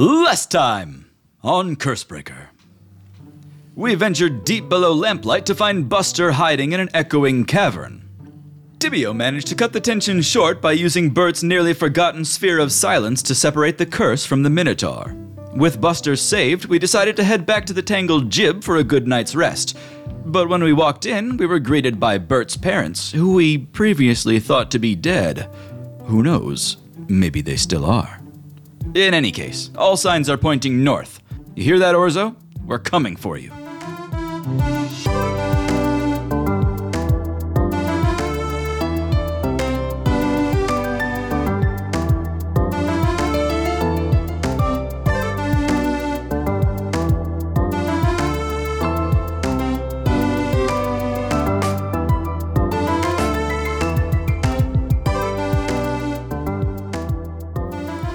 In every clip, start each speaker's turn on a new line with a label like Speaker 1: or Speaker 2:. Speaker 1: Last time on Cursebreaker, we ventured deep below Lamplight to find Buster hiding in an echoing cavern. Tibio managed to cut the tension short by using Bert's nearly forgotten sphere of silence to separate the curse from the Minotaur. With Buster saved, we decided to head back to the Tangled Jib for a good night's rest. But when we walked in, we were greeted by Bert's parents, who we previously thought to be dead. Who knows? Maybe they still are. In any case, all signs are pointing north. You hear that, Orzo? We're coming for you.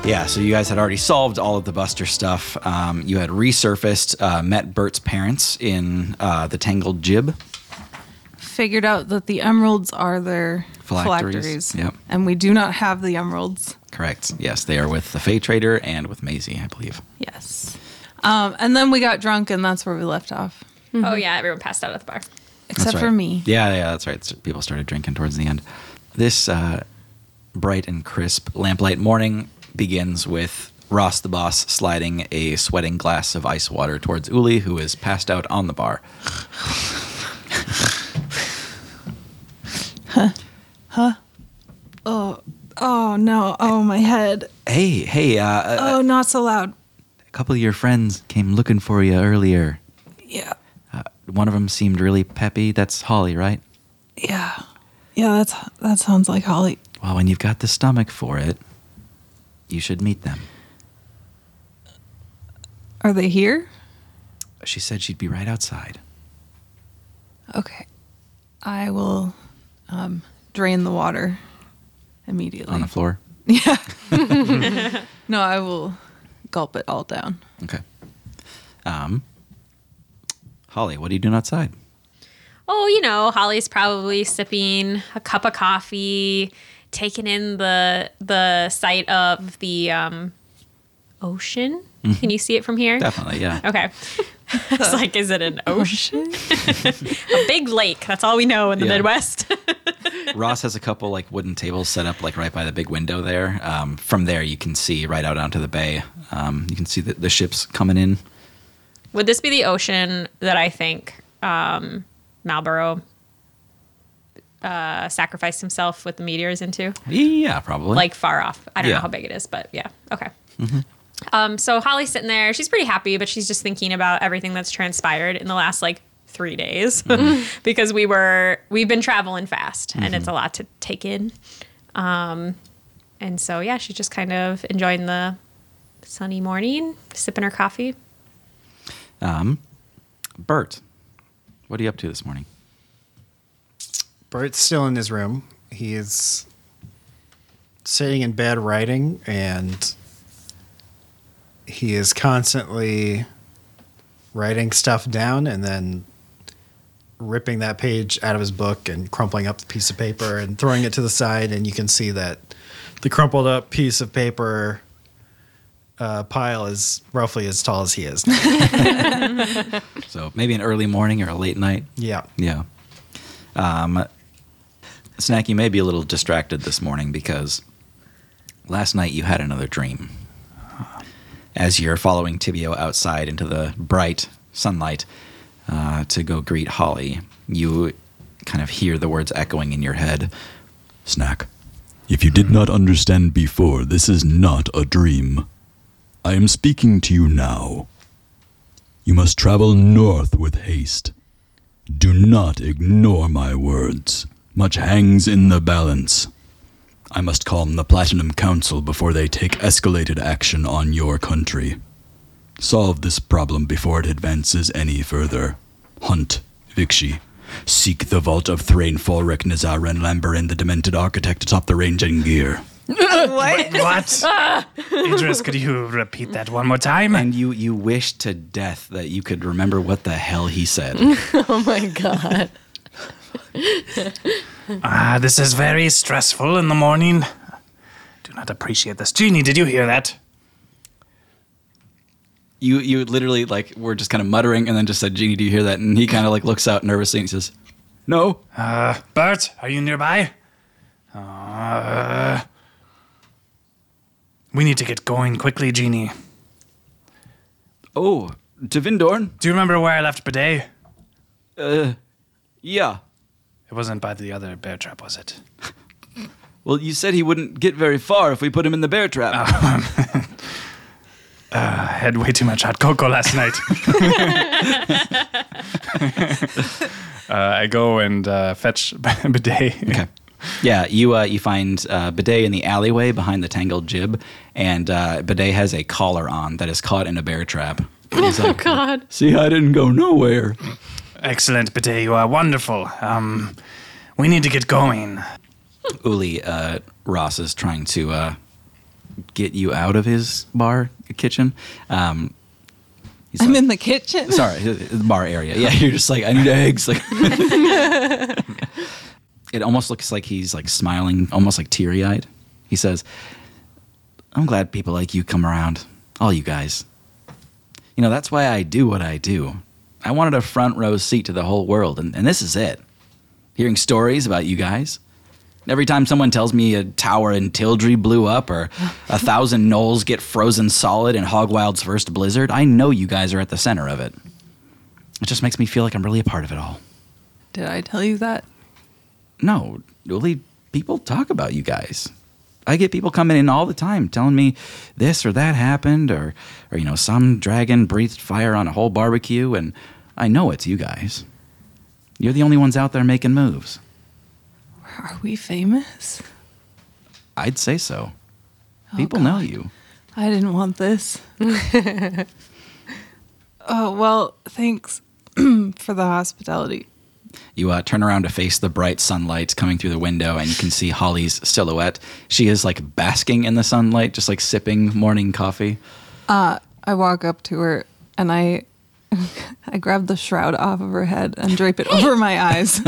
Speaker 1: Yeah, so you guys had already solved all of the Buster stuff. Um, you had resurfaced, uh, met Bert's parents in uh, the Tangled Jib.
Speaker 2: figured out that the emeralds are their
Speaker 1: Phylacteries,
Speaker 2: phylacteries.
Speaker 1: yep.
Speaker 2: And we do not have the emeralds.
Speaker 1: Correct. Yes, they are with the Fey Trader and with Maisie, I believe.
Speaker 2: Yes. Um, and then we got drunk, and that's where we left off,
Speaker 3: Oh yeah, everyone passed out at the bar.
Speaker 1: That's
Speaker 2: except
Speaker 1: right.
Speaker 2: for me.
Speaker 1: Yeah, yeah, that's right. So People started drinking towards the end. This uh, bright and crisp lamplight morning begins with Ross the boss sliding a sweating glass of ice water towards Uli, who is passed out on the bar. huh? Huh? Oh, oh no! Oh, my head. Hey, hey! Uh, uh,
Speaker 2: Oh, not so loud.
Speaker 1: a couple of your friends came looking for you earlier.
Speaker 2: Yeah.
Speaker 1: Uh, one of them seemed really peppy. That's Holly, right?
Speaker 2: Yeah. Yeah, that's that sounds like Holly.
Speaker 1: Well, when you've got the stomach for it, you should meet them.
Speaker 2: Are they here?
Speaker 1: She said she'd be right outside.
Speaker 2: Okay. I will um, drain the water immediately.
Speaker 1: On the floor?
Speaker 2: no, I will gulp it all down.
Speaker 1: Okay. Um, Holly, what are you doing outside?
Speaker 3: Oh, you know, Holly's probably sipping a cup of coffee, taking in the the sight of the um, ocean. Can you see it from here?
Speaker 1: Definitely, yeah.
Speaker 3: Okay. it's like, is it an
Speaker 2: Oh,
Speaker 3: ocean? a big lake. That's all we know in the
Speaker 1: Yeah.
Speaker 3: Midwest.
Speaker 1: Ross has a couple like wooden tables set up like right by the big window there. Um, from there, you can see right out onto the bay. Um, you can see the, the ships coming in.
Speaker 3: Would this be the ocean that I think um, Marlborough uh, sacrificed himself with the meteors into?
Speaker 1: Yeah, probably.
Speaker 3: like far off. I don't
Speaker 1: Yeah.
Speaker 3: know how big it is, but yeah, okay. Um, so Holly's sitting there. She's pretty happy, but she's just thinking about everything that's transpired in the last like three days because we were we've been traveling fast and it's a lot to take in. Um, and so yeah, she's just kind of enjoying the sunny morning, sipping her coffee.
Speaker 1: Bert, what are you up to this morning?
Speaker 4: Bert's still in his room. He is sitting in bed writing, and he is constantly writing stuff down and then ripping that page out of his book and crumpling up the piece of paper and throwing it to the side. And you can see that the crumpled up piece of paper uh, pile is roughly as tall as he is.
Speaker 1: So maybe an early morning or a late night?
Speaker 4: yeah.
Speaker 1: Yeah. Um, Snacky may be a little distracted this morning because last night you had another dream. As you're following Tibio outside into the bright sunlight uh, to go greet Holly, you kind of hear the words echoing in your head Snack.
Speaker 5: If you did not understand before, this is not a dream. I am speaking to you now. You must travel north with haste. Do not ignore my words. Much hangs in the balance. I must calm the Platinum Council before they take escalated action on your country. Solve this problem before it advances any further. Hunt, Vixie. Seek the vault of Thrain, Falrek, Nazar, and Lamber, and the Demented Architect atop the range and gear.
Speaker 6: What? Idris, could you repeat that one more time?
Speaker 1: And you, you wish to death that you could remember what the hell he said.
Speaker 7: Oh my god.
Speaker 6: Ah, this is very stressful in the morning. Do not appreciate this. Genie, did you hear that?
Speaker 1: you you literally like were just kind of muttering and then just said, Genie, do you hear that? And he kind of like looks out nervously and he says, No.
Speaker 6: Uh, Bert, are you nearby? Uh, we need to get going quickly, Genie.
Speaker 1: Oh, to Vindorn?
Speaker 6: Do you remember where I left Bidet?
Speaker 1: Yeah.
Speaker 6: It wasn't by the other bear trap, was it?
Speaker 1: Well, you said he wouldn't get very far if we put him in the bear trap.
Speaker 6: I had way too much hot cocoa last night. uh, I go and uh, fetch Bidet.
Speaker 1: Okay. Yeah, you uh, you find uh, Bidet in the alleyway behind the tangled jib, and uh, Bidet has a collar on that is caught in a bear trap. He's like,
Speaker 8: God.
Speaker 9: See, I didn't go nowhere.
Speaker 6: Excellent, Bidet. You are wonderful. Um, we need to get going.
Speaker 1: Uli uh, Ross is trying to uh, get you out of his bar kitchen. Um, he's
Speaker 2: I'm
Speaker 1: like-
Speaker 2: in the kitchen.
Speaker 1: sorry, the bar area. Yeah, you're just like I need eggs. Like it almost looks like he's like smiling, almost like teary eyed. He says, "I'm glad people like you come around, all you guys. You know that's why I do what I do. I wanted a front row seat to the whole world, and, and this is it. Hearing stories about you guys." Every time someone tells me a tower in Tildry blew up or a thousand knolls get frozen solid in Hogwild's first blizzard, I know you guys are at the center of it. It just makes me feel like I'm really a part of it all.
Speaker 2: Did I tell you that?
Speaker 1: No, really, people talk about you guys. I get people coming in all the time telling me this or that happened or, or you know, some dragon breathed fire on a whole barbecue, and I know it's you guys. You're the only ones out there making moves.
Speaker 2: Are we famous?
Speaker 1: I'd say so. people know you.
Speaker 2: I didn't want this. oh, well, thanks for the hospitality.
Speaker 1: You uh, turn around to face the bright sunlight coming through the window, and you can see Holly's silhouette. She is like basking in the sunlight, just like sipping morning coffee.
Speaker 2: I walk up to her and I I grab the shroud off of her head and drape it over my eyes.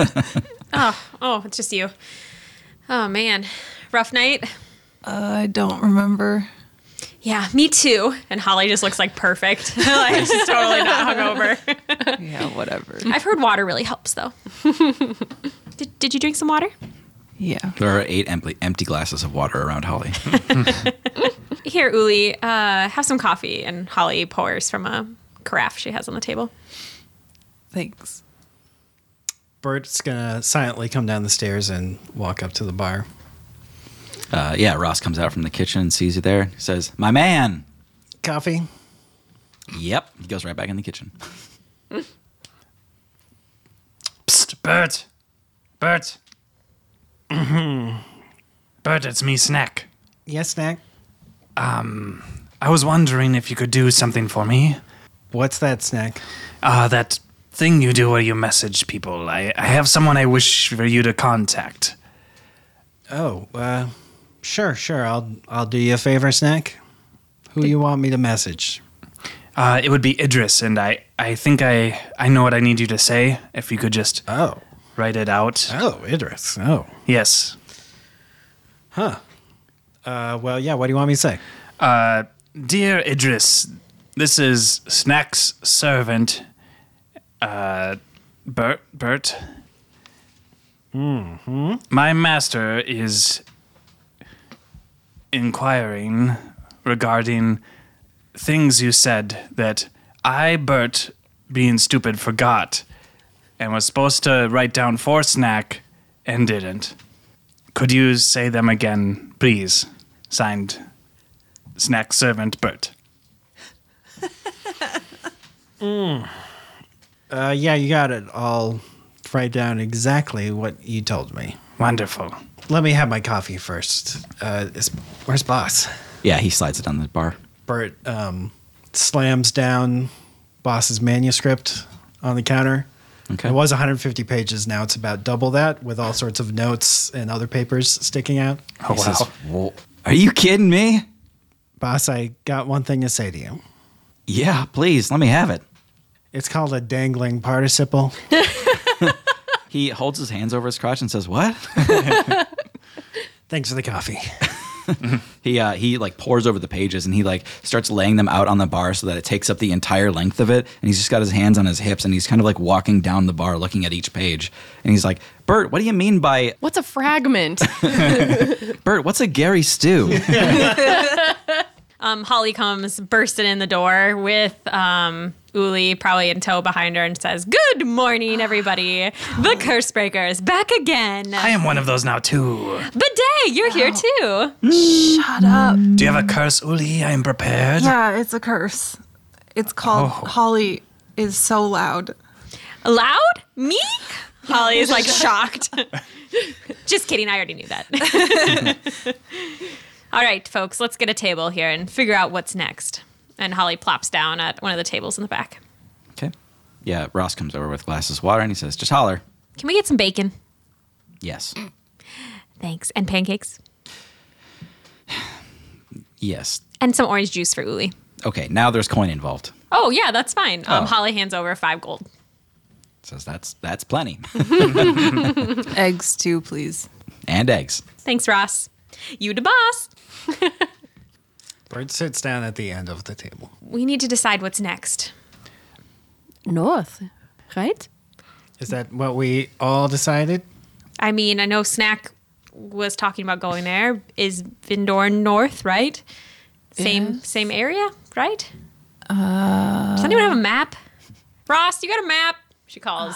Speaker 3: Oh, it's just you. Oh man, rough night.
Speaker 2: I don't remember.
Speaker 3: Yeah, me too. And Holly just looks like perfect. like she's totally not hungover.
Speaker 2: Yeah, whatever.
Speaker 3: I've heard water really helps though. did, did you drink some water?
Speaker 2: Yeah.
Speaker 1: There are eight empty, empty glasses of water around Holly.
Speaker 3: Here, Uli, uh, have some coffee. And Holly pours from a carafe she has on the table.
Speaker 2: Thanks.
Speaker 4: Bert's gonna silently come down the stairs and walk up to the bar.
Speaker 1: uh, yeah, Ross comes out from the kitchen and sees you there. He says, "My man."
Speaker 4: Coffee.
Speaker 1: Yep. He goes right back in the kitchen.
Speaker 6: Psst, Bert. Bert. Mm-hmm. Bert, it's me, Snack.
Speaker 4: Yes, snack.
Speaker 6: I was wondering if you could do something for me.
Speaker 4: What's that snack?
Speaker 6: Uh, that thing you do where you message people. I, I have someone I wish for you to contact.
Speaker 4: Oh, uh, sure, sure. I'll I'll do you a favor, snack. Who you want me to message?
Speaker 6: Uh, it would be Idris, and I, I think I, I know what I need you to say. If you could just
Speaker 4: Oh,
Speaker 6: write it out.
Speaker 4: oh, Idris. Oh,
Speaker 6: Yes.
Speaker 4: uh, well, yeah. What do you want me to say?
Speaker 6: Dear Idris, this is Snack's servant, uh, Bert. Bert. Mm-hmm. My master is inquiring regarding things you said that I, Bert, being stupid, forgot and was supposed to write down for Snack and didn't. Could you say them again, please? Signed, snack servant Bert.
Speaker 4: Uh, yeah, you got it. I'll write down exactly what you told me.
Speaker 6: Wonderful.
Speaker 4: Let me have my coffee first. Uh, is, where's boss?
Speaker 1: Yeah, he slides it down the bar.
Speaker 4: Bert um, slams down boss's manuscript on the counter.
Speaker 1: Okay.
Speaker 4: It was 150 pages. Now it's about double that with all sorts of notes and other papers sticking out.
Speaker 1: He says, "Whoa, "Are you kidding me?"
Speaker 4: Boss, I got one thing to say to you.
Speaker 1: Yeah, please let me have it.
Speaker 4: It's called a dangling participle.
Speaker 1: He holds his hands over his crotch and says, "What?"
Speaker 4: Thanks for the coffee.
Speaker 1: he uh, he like pours over the pages and he like starts laying them out on the bar so that it takes up the entire length of it. And he's just got his hands on his hips and he's kind of like walking down the bar looking at each page. And he's like, Bert, what do you mean by
Speaker 10: What's a fragment?
Speaker 1: Bert? What's a Gary stew?
Speaker 3: Um, Holly comes bursting in the door with um, Uli probably in tow behind her and says, "Good morning, everybody. The curse breaker is back again.
Speaker 6: I am one of those now too.
Speaker 3: Bidet, you're here too.
Speaker 2: Shut up.
Speaker 6: Do you have a curse, Uli? I am prepared.
Speaker 2: Yeah, it's a curse. It's called Holly is so loud.
Speaker 3: Loud? Me?" Holly is like shocked. Just kidding. I already knew that. All right, folks, let's get a table here and figure out what's next. And Holly plops down at one of the tables in the back.
Speaker 1: okay. Yeah, Ross comes over with glasses of water and he says, just holler.
Speaker 3: Can we get some bacon?
Speaker 1: Yes.
Speaker 3: Thanks. And pancakes.
Speaker 1: Yes.
Speaker 3: And some orange juice for Uli.
Speaker 1: Okay, now there's coin involved.
Speaker 3: Oh, yeah, that's fine.
Speaker 1: Oh.
Speaker 3: Um, Holly hands over five gold.
Speaker 1: Says that's that's plenty.
Speaker 2: Eggs too, please.
Speaker 1: and eggs.
Speaker 3: Thanks, Ross. You the boss.
Speaker 4: Bert sits down at the end of the table.
Speaker 3: We need to decide what's next.
Speaker 10: North, right?
Speaker 4: Is that what we all decided?
Speaker 3: I mean, I know Snack was talking about going there. Is Vindor North, right? Same same area, right? Uh, Does anyone have a map? Ross, you got a map? She calls.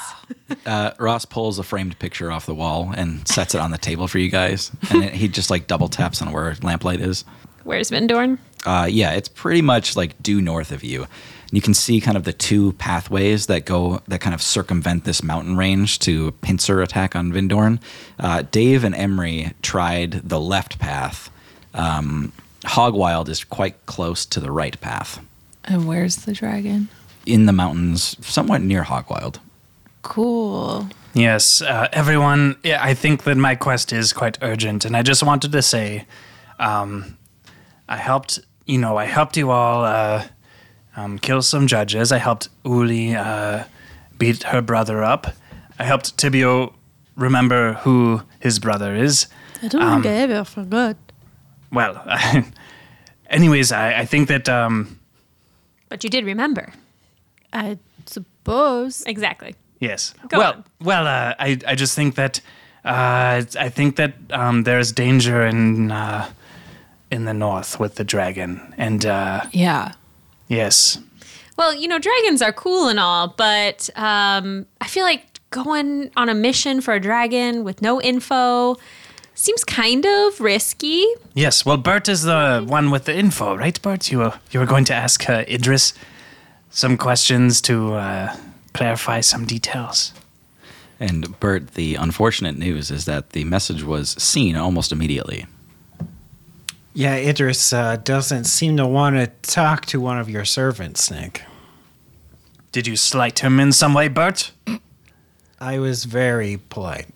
Speaker 1: Uh, Ross pulls a framed picture off the wall and sets it on the table for you guys. And it, he just like double taps on where lamplight is.
Speaker 3: Where's Vindorn?
Speaker 1: Uh, yeah, it's pretty much like due north of you. And you can see kind of the two pathways that go that kind of circumvent this mountain range to pincer attack on Vindorn. Uh, Dave and Emery tried the left path. Um, Hogwild is quite close to the right path
Speaker 2: And where's the dragon?
Speaker 1: in the mountains, somewhat near Hogwild.
Speaker 2: Cool.
Speaker 6: Yes, uh, everyone. Yeah, I think that my quest is quite urgent, and I just wanted to say, um, I helped. You know, I helped you all uh, um, kill some judges. I helped Uli uh, beat her brother up. I helped Tibio remember who his brother is.
Speaker 10: I don't think I ever forgot.
Speaker 6: Well, anyways, I, I think that um,
Speaker 3: But you did remember.
Speaker 10: I suppose.
Speaker 3: Exactly.
Speaker 6: yes.
Speaker 3: Go
Speaker 6: well,
Speaker 3: on.
Speaker 6: well, uh, I I just think that uh, I think that um, there's danger in uh, in the north with the dragon, and uh,
Speaker 2: Yeah.
Speaker 6: yes,
Speaker 3: Well, you know, dragons are cool and all, but um, I feel like going on a mission for a dragon with no info seems kind of risky.
Speaker 6: yes. Well, Bert is the one with the info, right, Bert? You were, you were going to ask uh, Idris some questions to uh, clarify some details.
Speaker 1: And Bert, the unfortunate news is that the message was seen almost immediately.
Speaker 4: Yeah, Idris uh, doesn't seem to want to talk to one of your servants, Nick.
Speaker 6: Did you slight him in some way, Bert?
Speaker 4: I was very polite.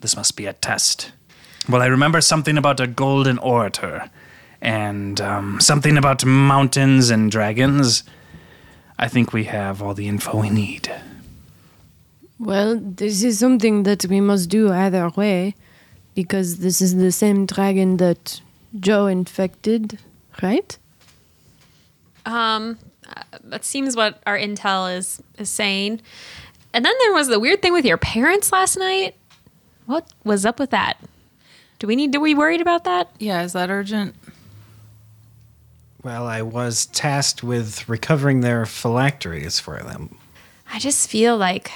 Speaker 6: This must be a test. Well, I remember something about a golden orator and um, something about mountains and dragons. I think we have all the info we need.
Speaker 10: Well, this is something that we must do either way, because this is the same dragon that Joe infected, right?
Speaker 3: That seems what our intel is is saying. And then there was the weird thing with your parents last night. What was up with that? Do we need to be worried about that?
Speaker 2: Yeah, is that urgent?
Speaker 4: Well, I was tasked with recovering their phylacteries for them.
Speaker 3: I just feel like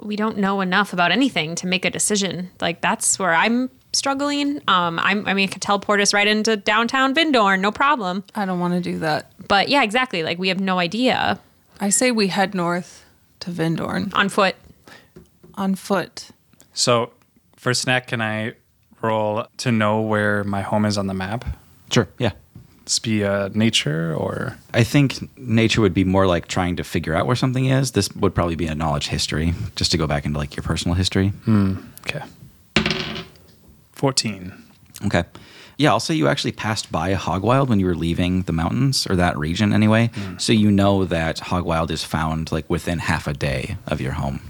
Speaker 3: we don't know enough about anything to make a decision. Like that's where I'm struggling. Um, I'm, I mean, I could teleport us right into downtown Vindorn, no problem.
Speaker 2: I don't want to do that.
Speaker 3: But yeah, exactly. Like we have no idea
Speaker 2: I say we head north to Vindorn
Speaker 3: on foot.
Speaker 2: on foot.
Speaker 11: So, for snack, can I roll to know where my home is on the map?
Speaker 1: Sure. Yeah.
Speaker 11: This be uh, nature or
Speaker 1: I think nature would be more like trying to figure out where something is. This would probably be a knowledge history, just to go back into like your personal history.
Speaker 11: okay. Fourteen.
Speaker 1: Okay. Yeah, I'll say you actually passed by Hogwild when you were leaving the mountains or that region anyway. So you know that Hogwild is found like within half a day of your home.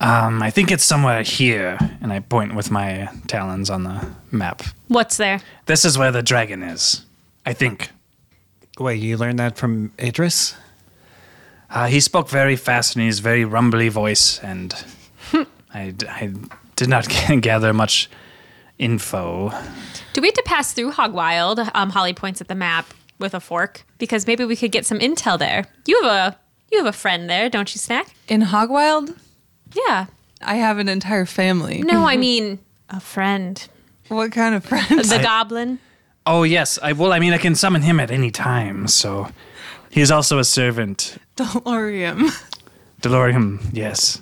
Speaker 6: Um, I think it's somewhere here, and I point with my talons on the map.
Speaker 3: What's there?
Speaker 6: This is where the dragon is, I think.
Speaker 4: Wait, you learned that from Idris?
Speaker 6: Uh, he spoke very fast in his very rumbly voice, and I, d- I did not gather much info.
Speaker 3: Do we have to pass through Hogwild? Um, Holly points at the map with a fork because maybe we could get some intel there. You have a you have a friend there, don't you, Snack?
Speaker 2: In Hogwild,
Speaker 3: Yeah.
Speaker 2: I have an entire family.
Speaker 3: No, I mean a friend.
Speaker 2: What kind of friends?
Speaker 3: The goblin.
Speaker 6: Oh, yes. I Well, I mean, I can summon him at any time, so. He's also a servant.
Speaker 2: Delorium.
Speaker 6: Delorium, yes.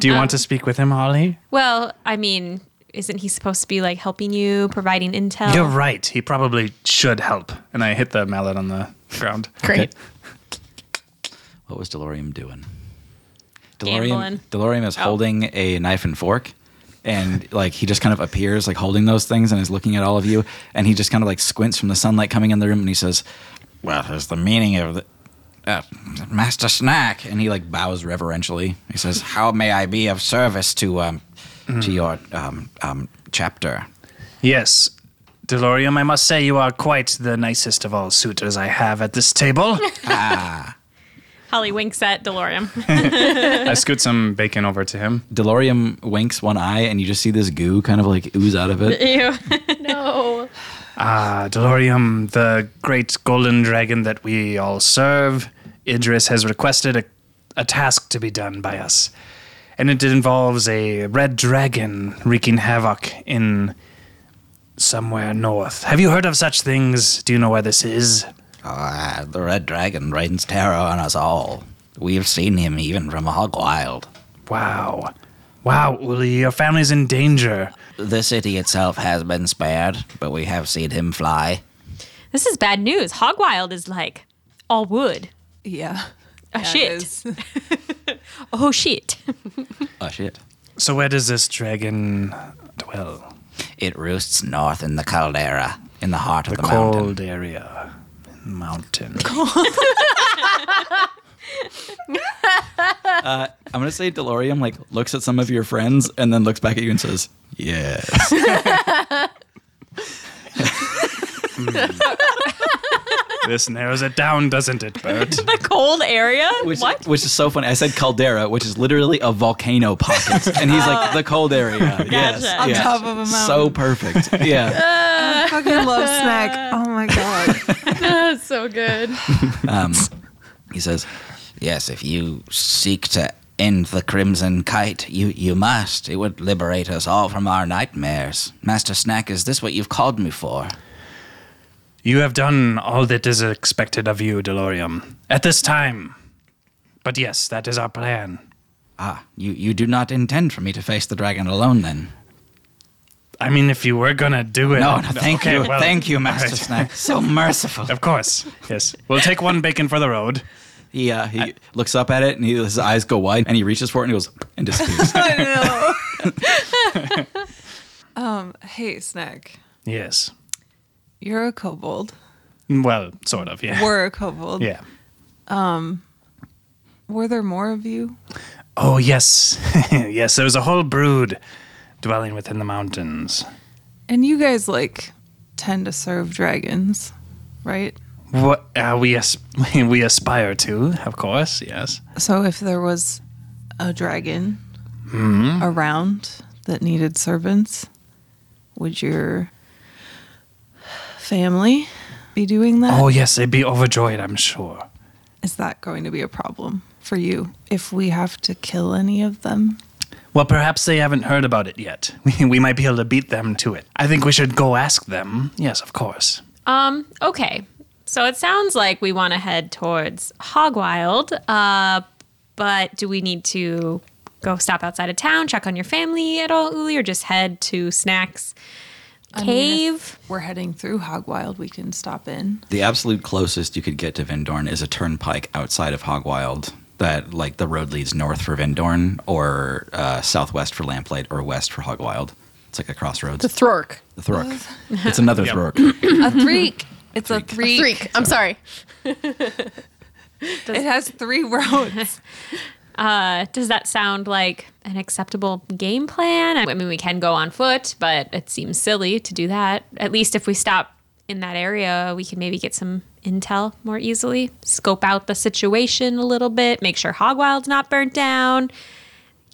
Speaker 6: Do you want to speak with him, Holly?
Speaker 3: Well, I mean, isn't he supposed to be like helping you, providing intel?
Speaker 6: You're right. He probably should help. And I hit the mallet on the ground.
Speaker 1: Great. What was Delorium doing? Delorium,
Speaker 3: Gambling.
Speaker 1: Delorium is holding a knife and fork, and like he just kind of appears, like holding those things, and is looking at all of you, and he just kind of like squints from the sunlight coming in the room, and he says, "Well, there's the meaning of the." Uh, Master Snack, and he like bows reverentially. He says, "How may I be of service to um to your um um chapter?"
Speaker 6: Yes. Delorium, I must say you are quite the nicest of all suitors I have at this table.
Speaker 3: Holly winks at Delorium.
Speaker 12: I scoot some bacon over to him.
Speaker 1: Delorium winks one eye, and you just see this goo kind of like ooze out of it.
Speaker 3: Ew.
Speaker 13: No.
Speaker 6: Ah, Delorium, the great golden dragon that we all serve, Idris has requested a, a task to be done by us. And it involves a red dragon wreaking havoc in somewhere north. Have you heard of such things? Do you know where this is?
Speaker 1: Ah, the red dragon reigns terror on us all. We've seen him even from Hogwild.
Speaker 6: Wow. Wow, Uli, your family's in danger.
Speaker 1: The city itself has been spared, but we have seen him fly.
Speaker 3: this is bad news. Hogwild is like all wood.
Speaker 2: yeah.
Speaker 3: Oh, shit. Oh, shit.
Speaker 1: Oh shit.
Speaker 6: So where does this dragon dwell?
Speaker 1: It roosts north in the caldera, in the heart of the,
Speaker 6: Cold
Speaker 1: mountain.
Speaker 6: area. Mountain.
Speaker 1: I'm gonna say Delorium like looks at some of your friends and then looks back at you and says, Yes.
Speaker 6: this narrows it down, doesn't it, Bert?
Speaker 3: The cold area?
Speaker 1: Which,
Speaker 3: what?
Speaker 1: Which is so funny. I said caldera, which is literally a volcano pocket. and he's like, the cold area. Yes.
Speaker 3: Gotcha. On
Speaker 1: yes.
Speaker 2: top of a
Speaker 1: So
Speaker 2: mountain.
Speaker 1: perfect. Yeah.
Speaker 2: I fucking love snack. Oh my god.
Speaker 13: That's so good.
Speaker 1: He says, Yes, if you seek to end the Crimson Kite, you, you must. It would liberate us all from our nightmares. Master Snack, is this what you've called me for?
Speaker 6: You have done all that is expected of you, Delorium, at this time. But yes, that is our plan.
Speaker 1: Ah, you, you do not intend for me to face the dragon alone, then?
Speaker 6: I mean, if you were gonna do it.
Speaker 1: No, no, thank
Speaker 6: okay,
Speaker 1: you.
Speaker 6: well,
Speaker 1: thank you,
Speaker 6: all
Speaker 1: Master
Speaker 6: right.
Speaker 1: Snack. So merciful.
Speaker 6: Of course, yes. We'll take one bacon for the road.
Speaker 1: He, uh, he looks up at it and he, his eyes go wide and he reaches for it and he goes and disappears.
Speaker 2: I know. um, hey, Snack.
Speaker 6: Yes.
Speaker 2: You're a kobold.
Speaker 6: Well, sort of, yeah.
Speaker 2: We're a kobold.
Speaker 6: yeah.
Speaker 2: Were there more of you?
Speaker 6: Oh, yes. yes, there was a whole brood dwelling within the mountains.
Speaker 2: And you guys like tend to serve dragons, right?
Speaker 6: What uh, we, as- we aspire to, of course, yes.
Speaker 2: So if there was a dragon around that needed servants, would your family be doing that? Is
Speaker 6: Oh, yes, they'd be overjoyed, I'm sure.
Speaker 2: that going to be a problem for you if we have to kill any of them?
Speaker 6: Well, perhaps they haven't heard about it yet. We, we might be able to beat them to it. I think we should go ask them. Yes, of course.
Speaker 3: Um, okay. So it sounds like we want to head towards Hogwild, uh, but do we need to go stop outside of town, check on your family at all, Uli, or just head to Snack's cave?
Speaker 2: We're heading through Hogwild. We can stop in.
Speaker 1: the absolute closest you could get to Vindorn is a turnpike outside of Hogwild. That like the road leads north for Vindorn or uh, southwest for Lamplight or west for Hogwild. It's like a crossroads. The,
Speaker 14: Thrork.
Speaker 1: Thorok. It's another Thorok.
Speaker 2: A threek. It's a three.
Speaker 14: Freak. I'm sorry.
Speaker 2: It has three roads.
Speaker 3: Uh, does that sound like an acceptable game plan? I mean, we can go on foot, but it seems silly to do that. At least if we stop in that area, we can maybe get some intel more easily, scope out the situation a little bit, make sure Hogwild's not burnt down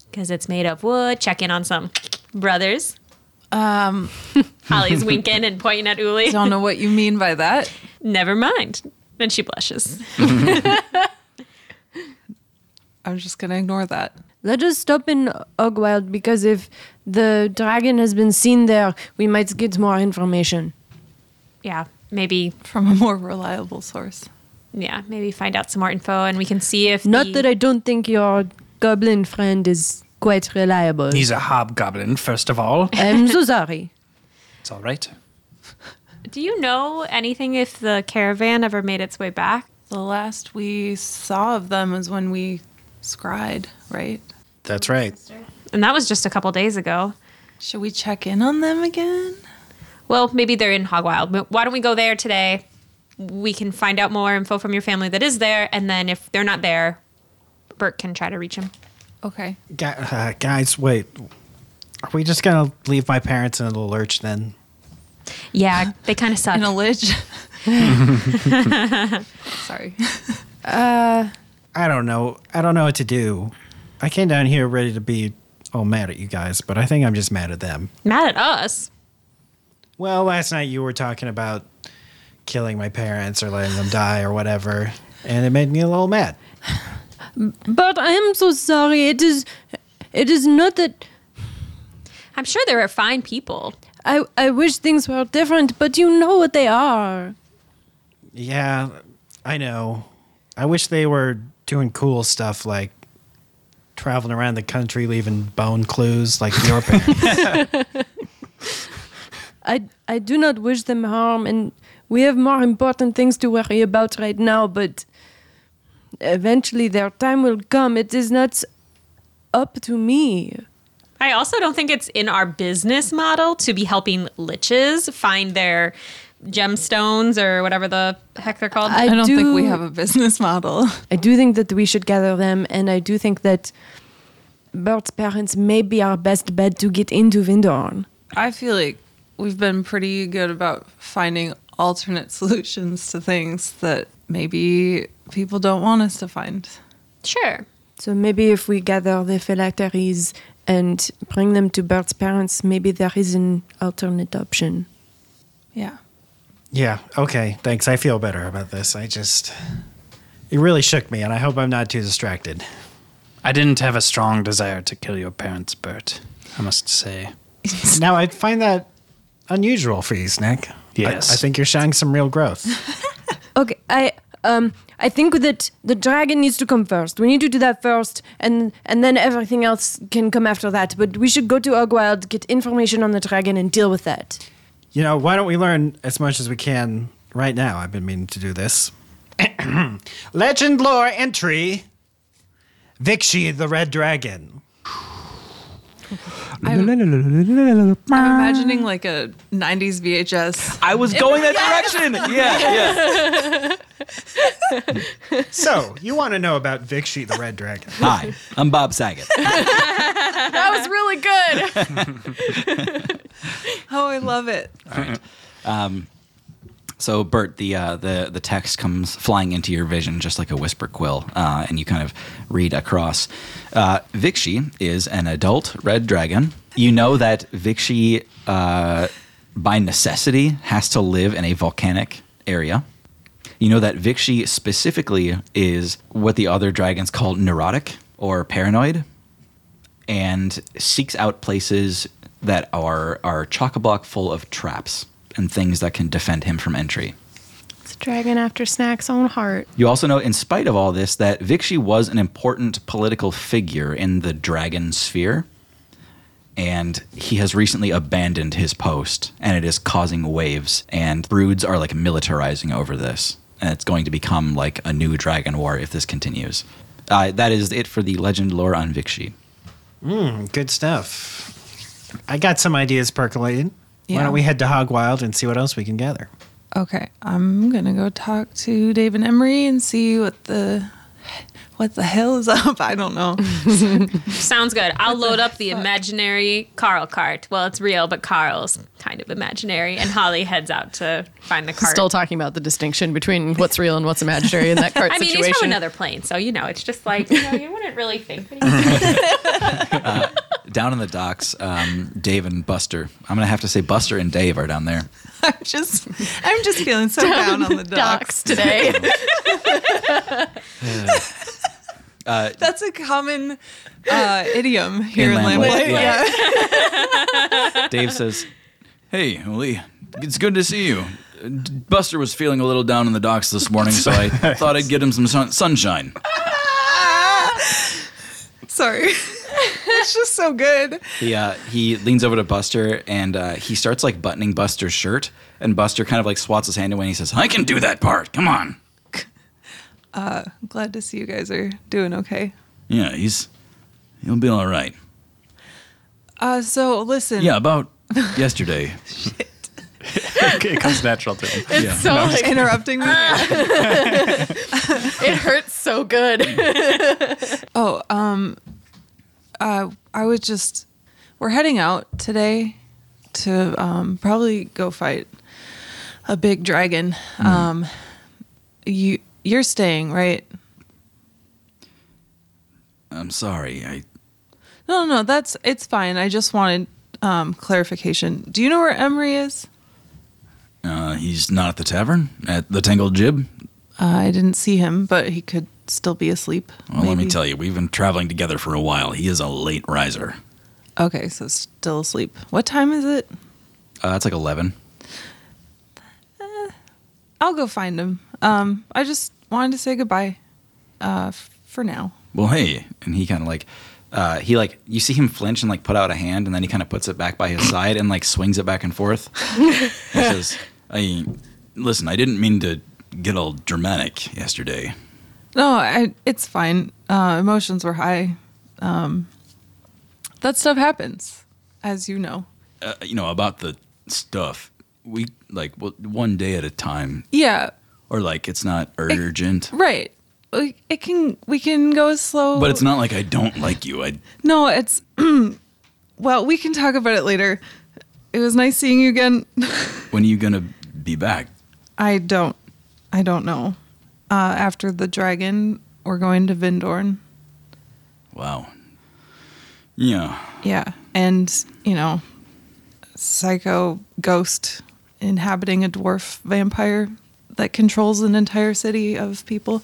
Speaker 3: because it's made of wood. Check in on some brothers. Um, Holly's winking and pointing at Uli.
Speaker 2: Don't know what you mean by that.
Speaker 3: Never mind. And she blushes.
Speaker 2: I'm just gonna ignore that.
Speaker 10: Let us stop in Ogwild because if the dragon has been seen there, we might get more information.
Speaker 3: Yeah, maybe.
Speaker 2: From a more reliable source.
Speaker 3: Yeah, maybe find out some more info, and we can see if
Speaker 10: Not
Speaker 3: the-
Speaker 10: that I don't think your goblin friend is quite reliable.
Speaker 6: He's a hobgoblin, first of all.
Speaker 10: I'm so sorry.
Speaker 6: It's all right.
Speaker 3: Do you know anything if the caravan ever made its way back?
Speaker 2: The last we saw of them is when we scried, right?
Speaker 4: That's right.
Speaker 3: And that was just a couple days ago.
Speaker 2: Should we check in on them again?
Speaker 3: Well, maybe they're in Hogwild. But why don't we go there today? We can find out more info from your family that is there, and then if they're not there, Burke can try to reach him.
Speaker 2: Okay.
Speaker 4: Gu- uh, guys, wait. Are we just gonna leave my parents in the lurch then?
Speaker 3: Yeah, they kind of suck.
Speaker 2: In a lich. Sorry.
Speaker 4: I don't know. I don't know what to do. I came down here ready to be all mad at you guys, but I think I'm just mad at them.
Speaker 3: Mad at us.
Speaker 4: Well, last night you were talking about killing my parents or letting them die or whatever, and it made me a little mad.
Speaker 10: But I am so sorry. It is it is not that
Speaker 3: I'm sure there are fine people.
Speaker 10: I I wish things were different, but you know what they are.
Speaker 4: Yeah, I know. I wish they were doing cool stuff like traveling around the country leaving bone clues like your parents.
Speaker 10: I I do not wish them harm, and we have more important things to worry about right now. But eventually, their time will come. It is not up to me.
Speaker 3: I also don't think it's in our business model to be helping liches find their gemstones or whatever the heck they're called.
Speaker 10: I-
Speaker 2: I don't think
Speaker 10: do-
Speaker 2: we have a business model.
Speaker 10: I do think that we should gather them, and I do think that Bert's parents may be our best bet to get into Vindorn.
Speaker 2: I feel like we've been pretty good about finding alternate solutions to things that maybe people don't want us to find.
Speaker 3: sure.
Speaker 10: So maybe if we gather the phylacteries and bring them to Bert's parents, maybe there is an alternate option.
Speaker 2: Yeah.
Speaker 4: yeah, okay. Thanks. I feel better about this. I just it really shook me and I hope I'm not too distracted.
Speaker 6: I didn't have a strong desire to kill your parents, Bert. I must say.
Speaker 4: Now I find that unusual for you, Snack.
Speaker 6: Yes.
Speaker 4: I, I think you're showing some real growth.
Speaker 10: Okay, I um I think that the dragon needs to come first. We need to do that first, and and then everything else can come after that. But we should go to Ogwild, get information on the dragon, and deal with that.
Speaker 4: You know, why don't we learn as much as we can right now? I've been meaning to do this. Legend lore entry Vixie the Red Dragon.
Speaker 2: I'm imagining like a 90s VHS.
Speaker 15: I was going that direction. Yeah, yeah.
Speaker 4: So, you want to know about Vixie the Red Dragon?
Speaker 15: Hi, I'm Bob Saget.
Speaker 3: That was really good.
Speaker 2: Oh, I love it.
Speaker 15: So Bert, the uh, the the text comes flying into your vision just like a whisper quill, uh, and you kind of read across. Uh, Vixie is an adult red dragon. You know that Vixie, uh, by necessity, has to live in a volcanic area. You know that Vixie specifically is what the other dragons call neurotic or paranoid and seeks out places that are are chock a block full of traps and things that can defend him from entry.
Speaker 10: It's dragon after Snack's own heart.
Speaker 15: You also know, in spite of all this, that Vixie was an important political figure in the dragon sphere, and he has recently abandoned his post, and it is causing waves. And broods are like militarizing over this, and it's going to become like a new dragon war if this continues. Uh, that is it for the legend lore on Vixie.
Speaker 4: Good stuff. I got some ideas percolating. Why
Speaker 2: Yeah.
Speaker 4: don't we head to Hogwild and see what else we can gather?
Speaker 2: Okay, I'm gonna go talk to Dave and Emery and see what the what the hell is up? I don't know.
Speaker 3: Sounds good. I'll load up the imaginary Carl cart. Well, it's real, but Carl's kind of imaginary. And Holly heads out to find the cart.
Speaker 16: Still talking about the distinction between what's real and what's imaginary in that cart
Speaker 3: I mean,
Speaker 16: situation.
Speaker 3: he's from another plane, so you know, it's just like, you know, you wouldn't really think. that he-
Speaker 1: Down in the docks, um, Dave and Buster. I'm gonna have to say Buster and Dave are down there.
Speaker 2: I'm just I'm just feeling so down, on the
Speaker 16: Docs
Speaker 2: docks.
Speaker 16: today.
Speaker 2: That's a common uh, idiom here in,
Speaker 1: In
Speaker 2: Lamb
Speaker 1: Lamb Lake,
Speaker 2: Lake. Yeah.
Speaker 1: Dave says,
Speaker 15: Hey, Lee, it's good to see you. D- Buster was feeling a little down in the docks this morning, so I thought I'd get him some sun- sunshine.
Speaker 2: Sorry. it's just so good.
Speaker 1: He uh, he leans over to Buster and uh, he starts like buttoning Buster's shirt, and Buster kind of like swats his hand away and he says, "I can do that part. Come on."
Speaker 2: I'm Uh, glad to see you guys are doing okay.
Speaker 15: Yeah, he's he'll be all right.
Speaker 2: Uh, so listen.
Speaker 15: Yeah, about yesterday.
Speaker 17: it comes natural to him.
Speaker 16: so like,
Speaker 2: Interrupting me.
Speaker 16: it hurts so good.
Speaker 2: Oh, um, uh, I was just, we're heading out today to um, probably go fight a big dragon. Um, you you're staying, right?
Speaker 15: I'm sorry. I
Speaker 2: No, no, that's it's fine. I just wanted um, clarification. Do you know where Emery is?
Speaker 15: uh, he's not at the tavern at the Tangled Jib.
Speaker 2: Uh, I didn't see him, but he could still be asleep.
Speaker 15: Well, let me tell you, we've been traveling together for a while. He is a late riser.
Speaker 2: Okay, so still asleep. What time is it?
Speaker 1: Uh, that's like eleven.
Speaker 2: I'll go find him. Um, I just wanted to say goodbye. Uh, f- for now.
Speaker 1: Well, hey, and he kind of like. Uh, he like you see him flinch and like put out a hand and then he kind of puts it back by his side and like swings it back and forth. he says,
Speaker 15: I listen. I didn't mean to get all dramatic yesterday.
Speaker 2: No, I, it's fine. Uh, emotions were high. Um, that stuff happens, as you know.
Speaker 15: Uh, you know about the stuff. We like well, one day at a time,
Speaker 2: Yeah,
Speaker 15: or like it's not urgent.
Speaker 2: right. Like, It can we can go as slow,
Speaker 15: But it's not like I don't like you. I
Speaker 2: no. It's well, we can talk about it later. It was nice seeing you again.
Speaker 15: when are you gonna be back?
Speaker 2: I don't, I don't know. Uh, after the dragon, we're going to Vindorn.
Speaker 15: Wow. Yeah.
Speaker 2: Yeah, and you know, psycho ghost inhabiting a dwarf vampire that controls an entire city of people.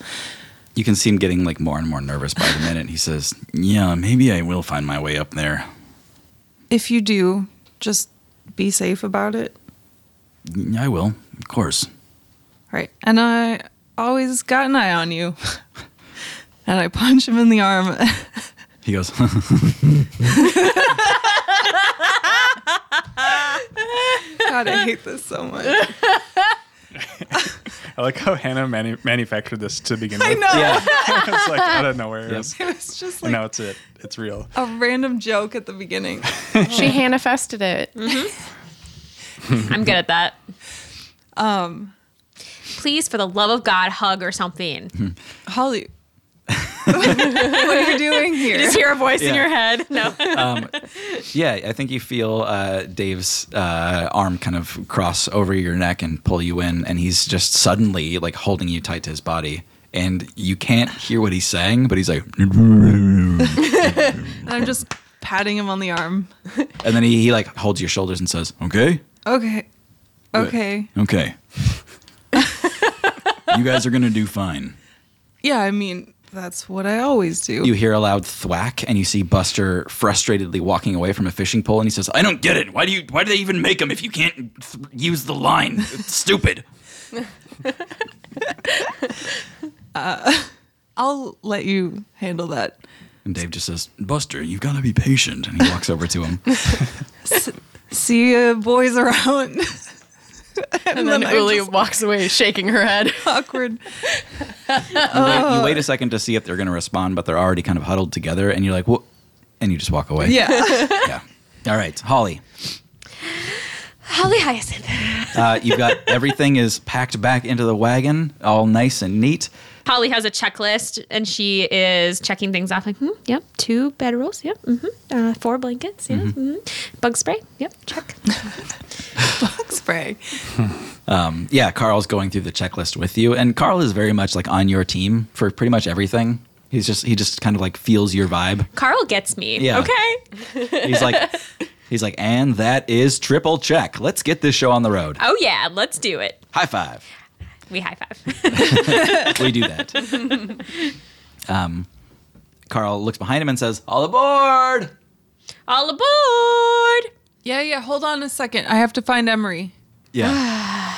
Speaker 1: "You can see him getting like more and more
Speaker 15: Nervous
Speaker 1: nervous."
Speaker 15: by the minute. He says, "Yeah, maybe I will find my way up there."
Speaker 2: If you do, just be safe about it.
Speaker 15: I will, of course.
Speaker 2: Right. And I always got an eye on you. and I punch him in the arm.
Speaker 15: He goes,
Speaker 2: God, I hate this so much.
Speaker 17: I like how Hannah manu- manufactured this to begin with.
Speaker 2: I know.
Speaker 17: it's like out of nowhere. It was-
Speaker 2: It was just
Speaker 17: and
Speaker 2: like
Speaker 17: now it's it. It's real.
Speaker 2: a random joke at the beginning.
Speaker 16: she manifested it.
Speaker 3: I'm good at that. Um,
Speaker 2: Um,
Speaker 3: Please, for the love of God, hug or something.
Speaker 2: Holly, what are you doing here?
Speaker 3: Just hear a voice in your head. No.
Speaker 1: Yeah, I think you feel uh, Dave's uh, arm kind of cross over your neck and pull you in, and he's just suddenly like holding you tight to his body, and you can't hear what he's saying, but he's like,
Speaker 2: And I'm just patting him on the arm.
Speaker 1: and then he, he like holds your shoulders and says,
Speaker 15: "Okay,
Speaker 2: Okay. Okay.
Speaker 15: okay. you guys are gonna do fine."
Speaker 2: Yeah, I mean, that's what I always do.
Speaker 1: You hear a loud thwack, and you see Buster frustratedly walking away from a fishing pole, and he says,
Speaker 15: I don't get it. Why do you? Why do they even make them if you can't th- use the line? It's stupid.
Speaker 2: I'll let you handle that.
Speaker 15: And Dave just says, "Buster, you've got to be patient." And he walks over to him.
Speaker 2: See you boys around. and,
Speaker 16: And then Uli walks away shaking her head.
Speaker 2: awkward.
Speaker 1: you wait, you wait a second to see if they're going to respond, but they're already kind of huddled together, and you're like, "What?" And you just walk away.
Speaker 2: Yeah.
Speaker 1: yeah. All right, Holly.
Speaker 3: Holly Hyacinth.
Speaker 15: Uh, you've got everything is packed back into the wagon, all nice and neat.
Speaker 3: Holly has a checklist and she is checking things off. Like, hmm, yep, two bedrolls. Yep, hmm uh, four blankets. Yeah, hmm bug spray. Yep, check.
Speaker 2: Bug spray.
Speaker 15: Um, yeah, Carl's going through the checklist with you, and Carl is very much like on your team for pretty much everything. He's just he just kind of like feels your vibe.
Speaker 3: Carl gets me.
Speaker 15: Yeah.
Speaker 3: Okay.
Speaker 15: He's like he's like, and that is triple check. Let's get this show on the road.
Speaker 3: Oh yeah, let's do it.
Speaker 15: High five.
Speaker 3: We high five.
Speaker 15: we do that. um, Carl looks behind him and says, "All aboard!"
Speaker 3: All aboard!
Speaker 2: Yeah, yeah. Hold on a second. I have to find Emery.
Speaker 15: Yeah.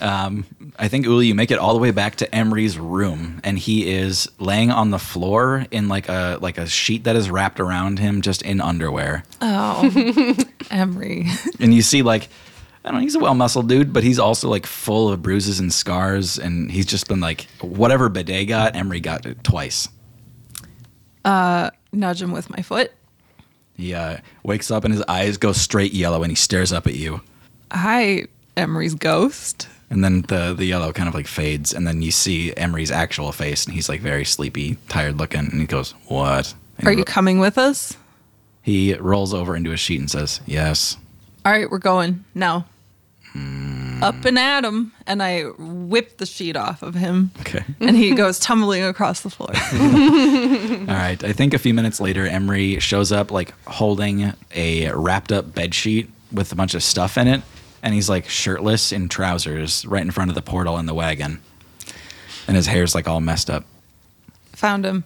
Speaker 15: um, I think Uli, you make it all the way back to Emery's room, and he is laying on the floor in like a like a sheet that is wrapped around him, just in underwear.
Speaker 2: Oh, Emery.
Speaker 15: And you see like. I don't know, he's a well muscled dude, but he's also like full of bruises and scars. And he's just been like, whatever bidet got, Emery got it twice.
Speaker 2: Nudge him with my foot.
Speaker 15: He uh, wakes up and his eyes go straight yellow and he stares up at you.
Speaker 2: Hi, Emery's ghost.
Speaker 15: And then the the yellow kind of like fades, and then you see Emery's actual face, and he's like very sleepy, tired looking, and he goes, "What?" And
Speaker 2: Are
Speaker 15: he
Speaker 2: you
Speaker 15: ro-
Speaker 2: coming with us?
Speaker 15: He rolls over into a sheet and says, "Yes."
Speaker 2: All right, we're going now. Up and at him, and I whip the sheet off of him,
Speaker 15: Okay.
Speaker 2: and he goes tumbling across the floor.
Speaker 15: All right. I think a few minutes later, Emery shows up like holding a wrapped up bed sheet with a bunch of stuff in it, and he's like shirtless in trousers, right in front of the portal in the wagon, and his hair's like all messed up.
Speaker 2: Found him.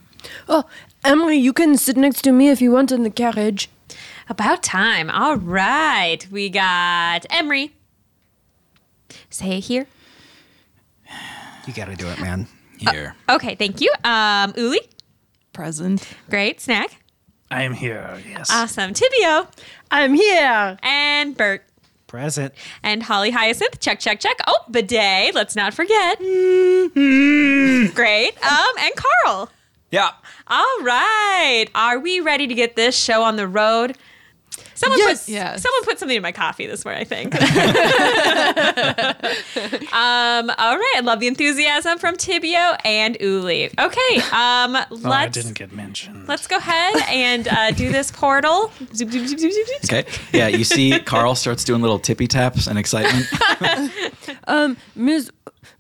Speaker 10: Oh, Emily, you can sit next to me if you want in the carriage.
Speaker 3: About time. All right. We got Emery. Say here.
Speaker 4: You got to do it, man.
Speaker 15: Here.
Speaker 3: Okay, thank you. Um, Uli,
Speaker 2: Present.
Speaker 3: great. Snack.
Speaker 6: I am here. Yes.
Speaker 3: Awesome. Tibio
Speaker 10: I'm here.
Speaker 3: and Bert
Speaker 4: Present.
Speaker 3: and Holly Hyacinth. Check, check, check. Oh, bidet. Let's not forget. great. Um, and Carl.
Speaker 15: yeah.
Speaker 3: All right. Are we ready to get this show on the road? Someone
Speaker 10: Yes.
Speaker 3: put
Speaker 2: Yes.
Speaker 3: someone put something in my coffee this morning, I think. um, all right. I love the enthusiasm from Tibio and Uli. Okay. Um let's
Speaker 6: Oh, I didn't get mentioned.
Speaker 3: let's go ahead and uh, do this portal. Zoop, zoop, zoop, zoop, zoop, zoop.
Speaker 15: Okay. Yeah. You see, Carl starts doing little tippy taps and excitement.
Speaker 10: Ms.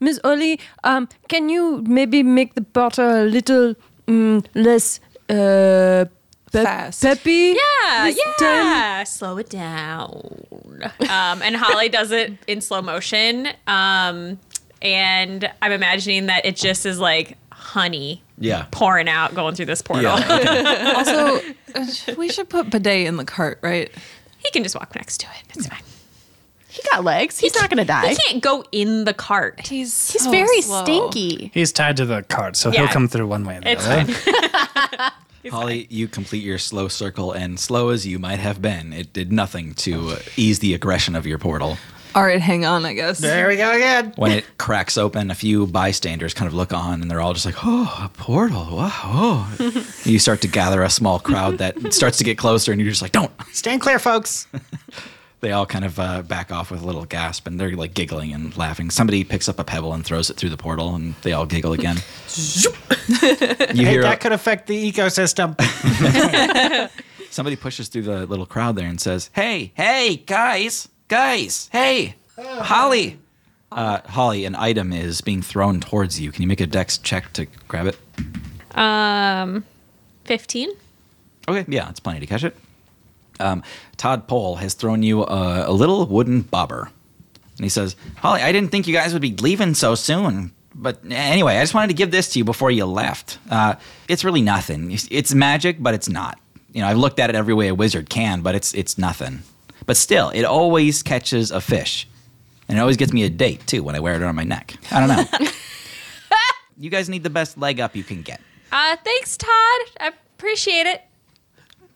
Speaker 10: Ms. Oli, um, can you maybe make the butter a little mm, less uh, pep-
Speaker 2: Fast.
Speaker 10: peppy?
Speaker 3: Yeah,
Speaker 10: this time?
Speaker 3: yeah. Slow it down. Um, and Holly does it in slow motion. Um, and I'm imagining that it just is like honey
Speaker 15: Yeah.
Speaker 3: pouring out going through this portal.
Speaker 15: Yeah.
Speaker 2: Also, uh, we should put bidet in the cart, right?
Speaker 3: He can just walk next to it. It's fine.
Speaker 18: He got legs. He's not going to die.
Speaker 3: He can't go in the cart.
Speaker 2: He's
Speaker 18: He's very stinky.
Speaker 6: He's tied to the cart, so
Speaker 3: Yeah.
Speaker 6: he'll come through one way or the
Speaker 3: It's
Speaker 6: other.
Speaker 15: Holly, you complete your slow circle, and slow as you might have been, it did nothing to ease the aggression of your portal.
Speaker 2: All right, hang on. I guess.
Speaker 4: There we go again.
Speaker 15: When it cracks open, a few bystanders kind of look on, and they're all just like, "Oh, a portal! Wow!" Oh. you start to gather a small crowd that starts to get closer, and you're just like, "Don't!"
Speaker 4: Stand clear, folks.
Speaker 15: They all kind of uh, back off with a little gasp, and they're like giggling and laughing. Somebody picks up a pebble and throws it through the portal, and they all giggle again. you
Speaker 4: Hey,
Speaker 15: hear
Speaker 4: that could affect the ecosystem.
Speaker 15: somebody pushes through the little crowd there and says, "Hey, hey, guys, guys, hey, Holly." Uh, Holly, an item is being thrown towards you. Can you make a dex check to grab it?
Speaker 3: Um, 15.
Speaker 15: Okay, yeah, it's plenty to catch it. Um, Todd Pole has thrown you a, a little wooden bobber, and he says, "Holly, I didn't think you guys would be leaving so soon." But anyway, I just wanted to give this to you before you left. Uh, it's really nothing. It's- It's magic, but it's not. You know, I've looked at it every way a wizard can, but it's it's nothing. But still, it always catches a fish, and it always gets me a date too when I wear it around my neck. I don't know. you guys need the best leg up you can get.
Speaker 3: Uh, thanks, Todd. I appreciate it.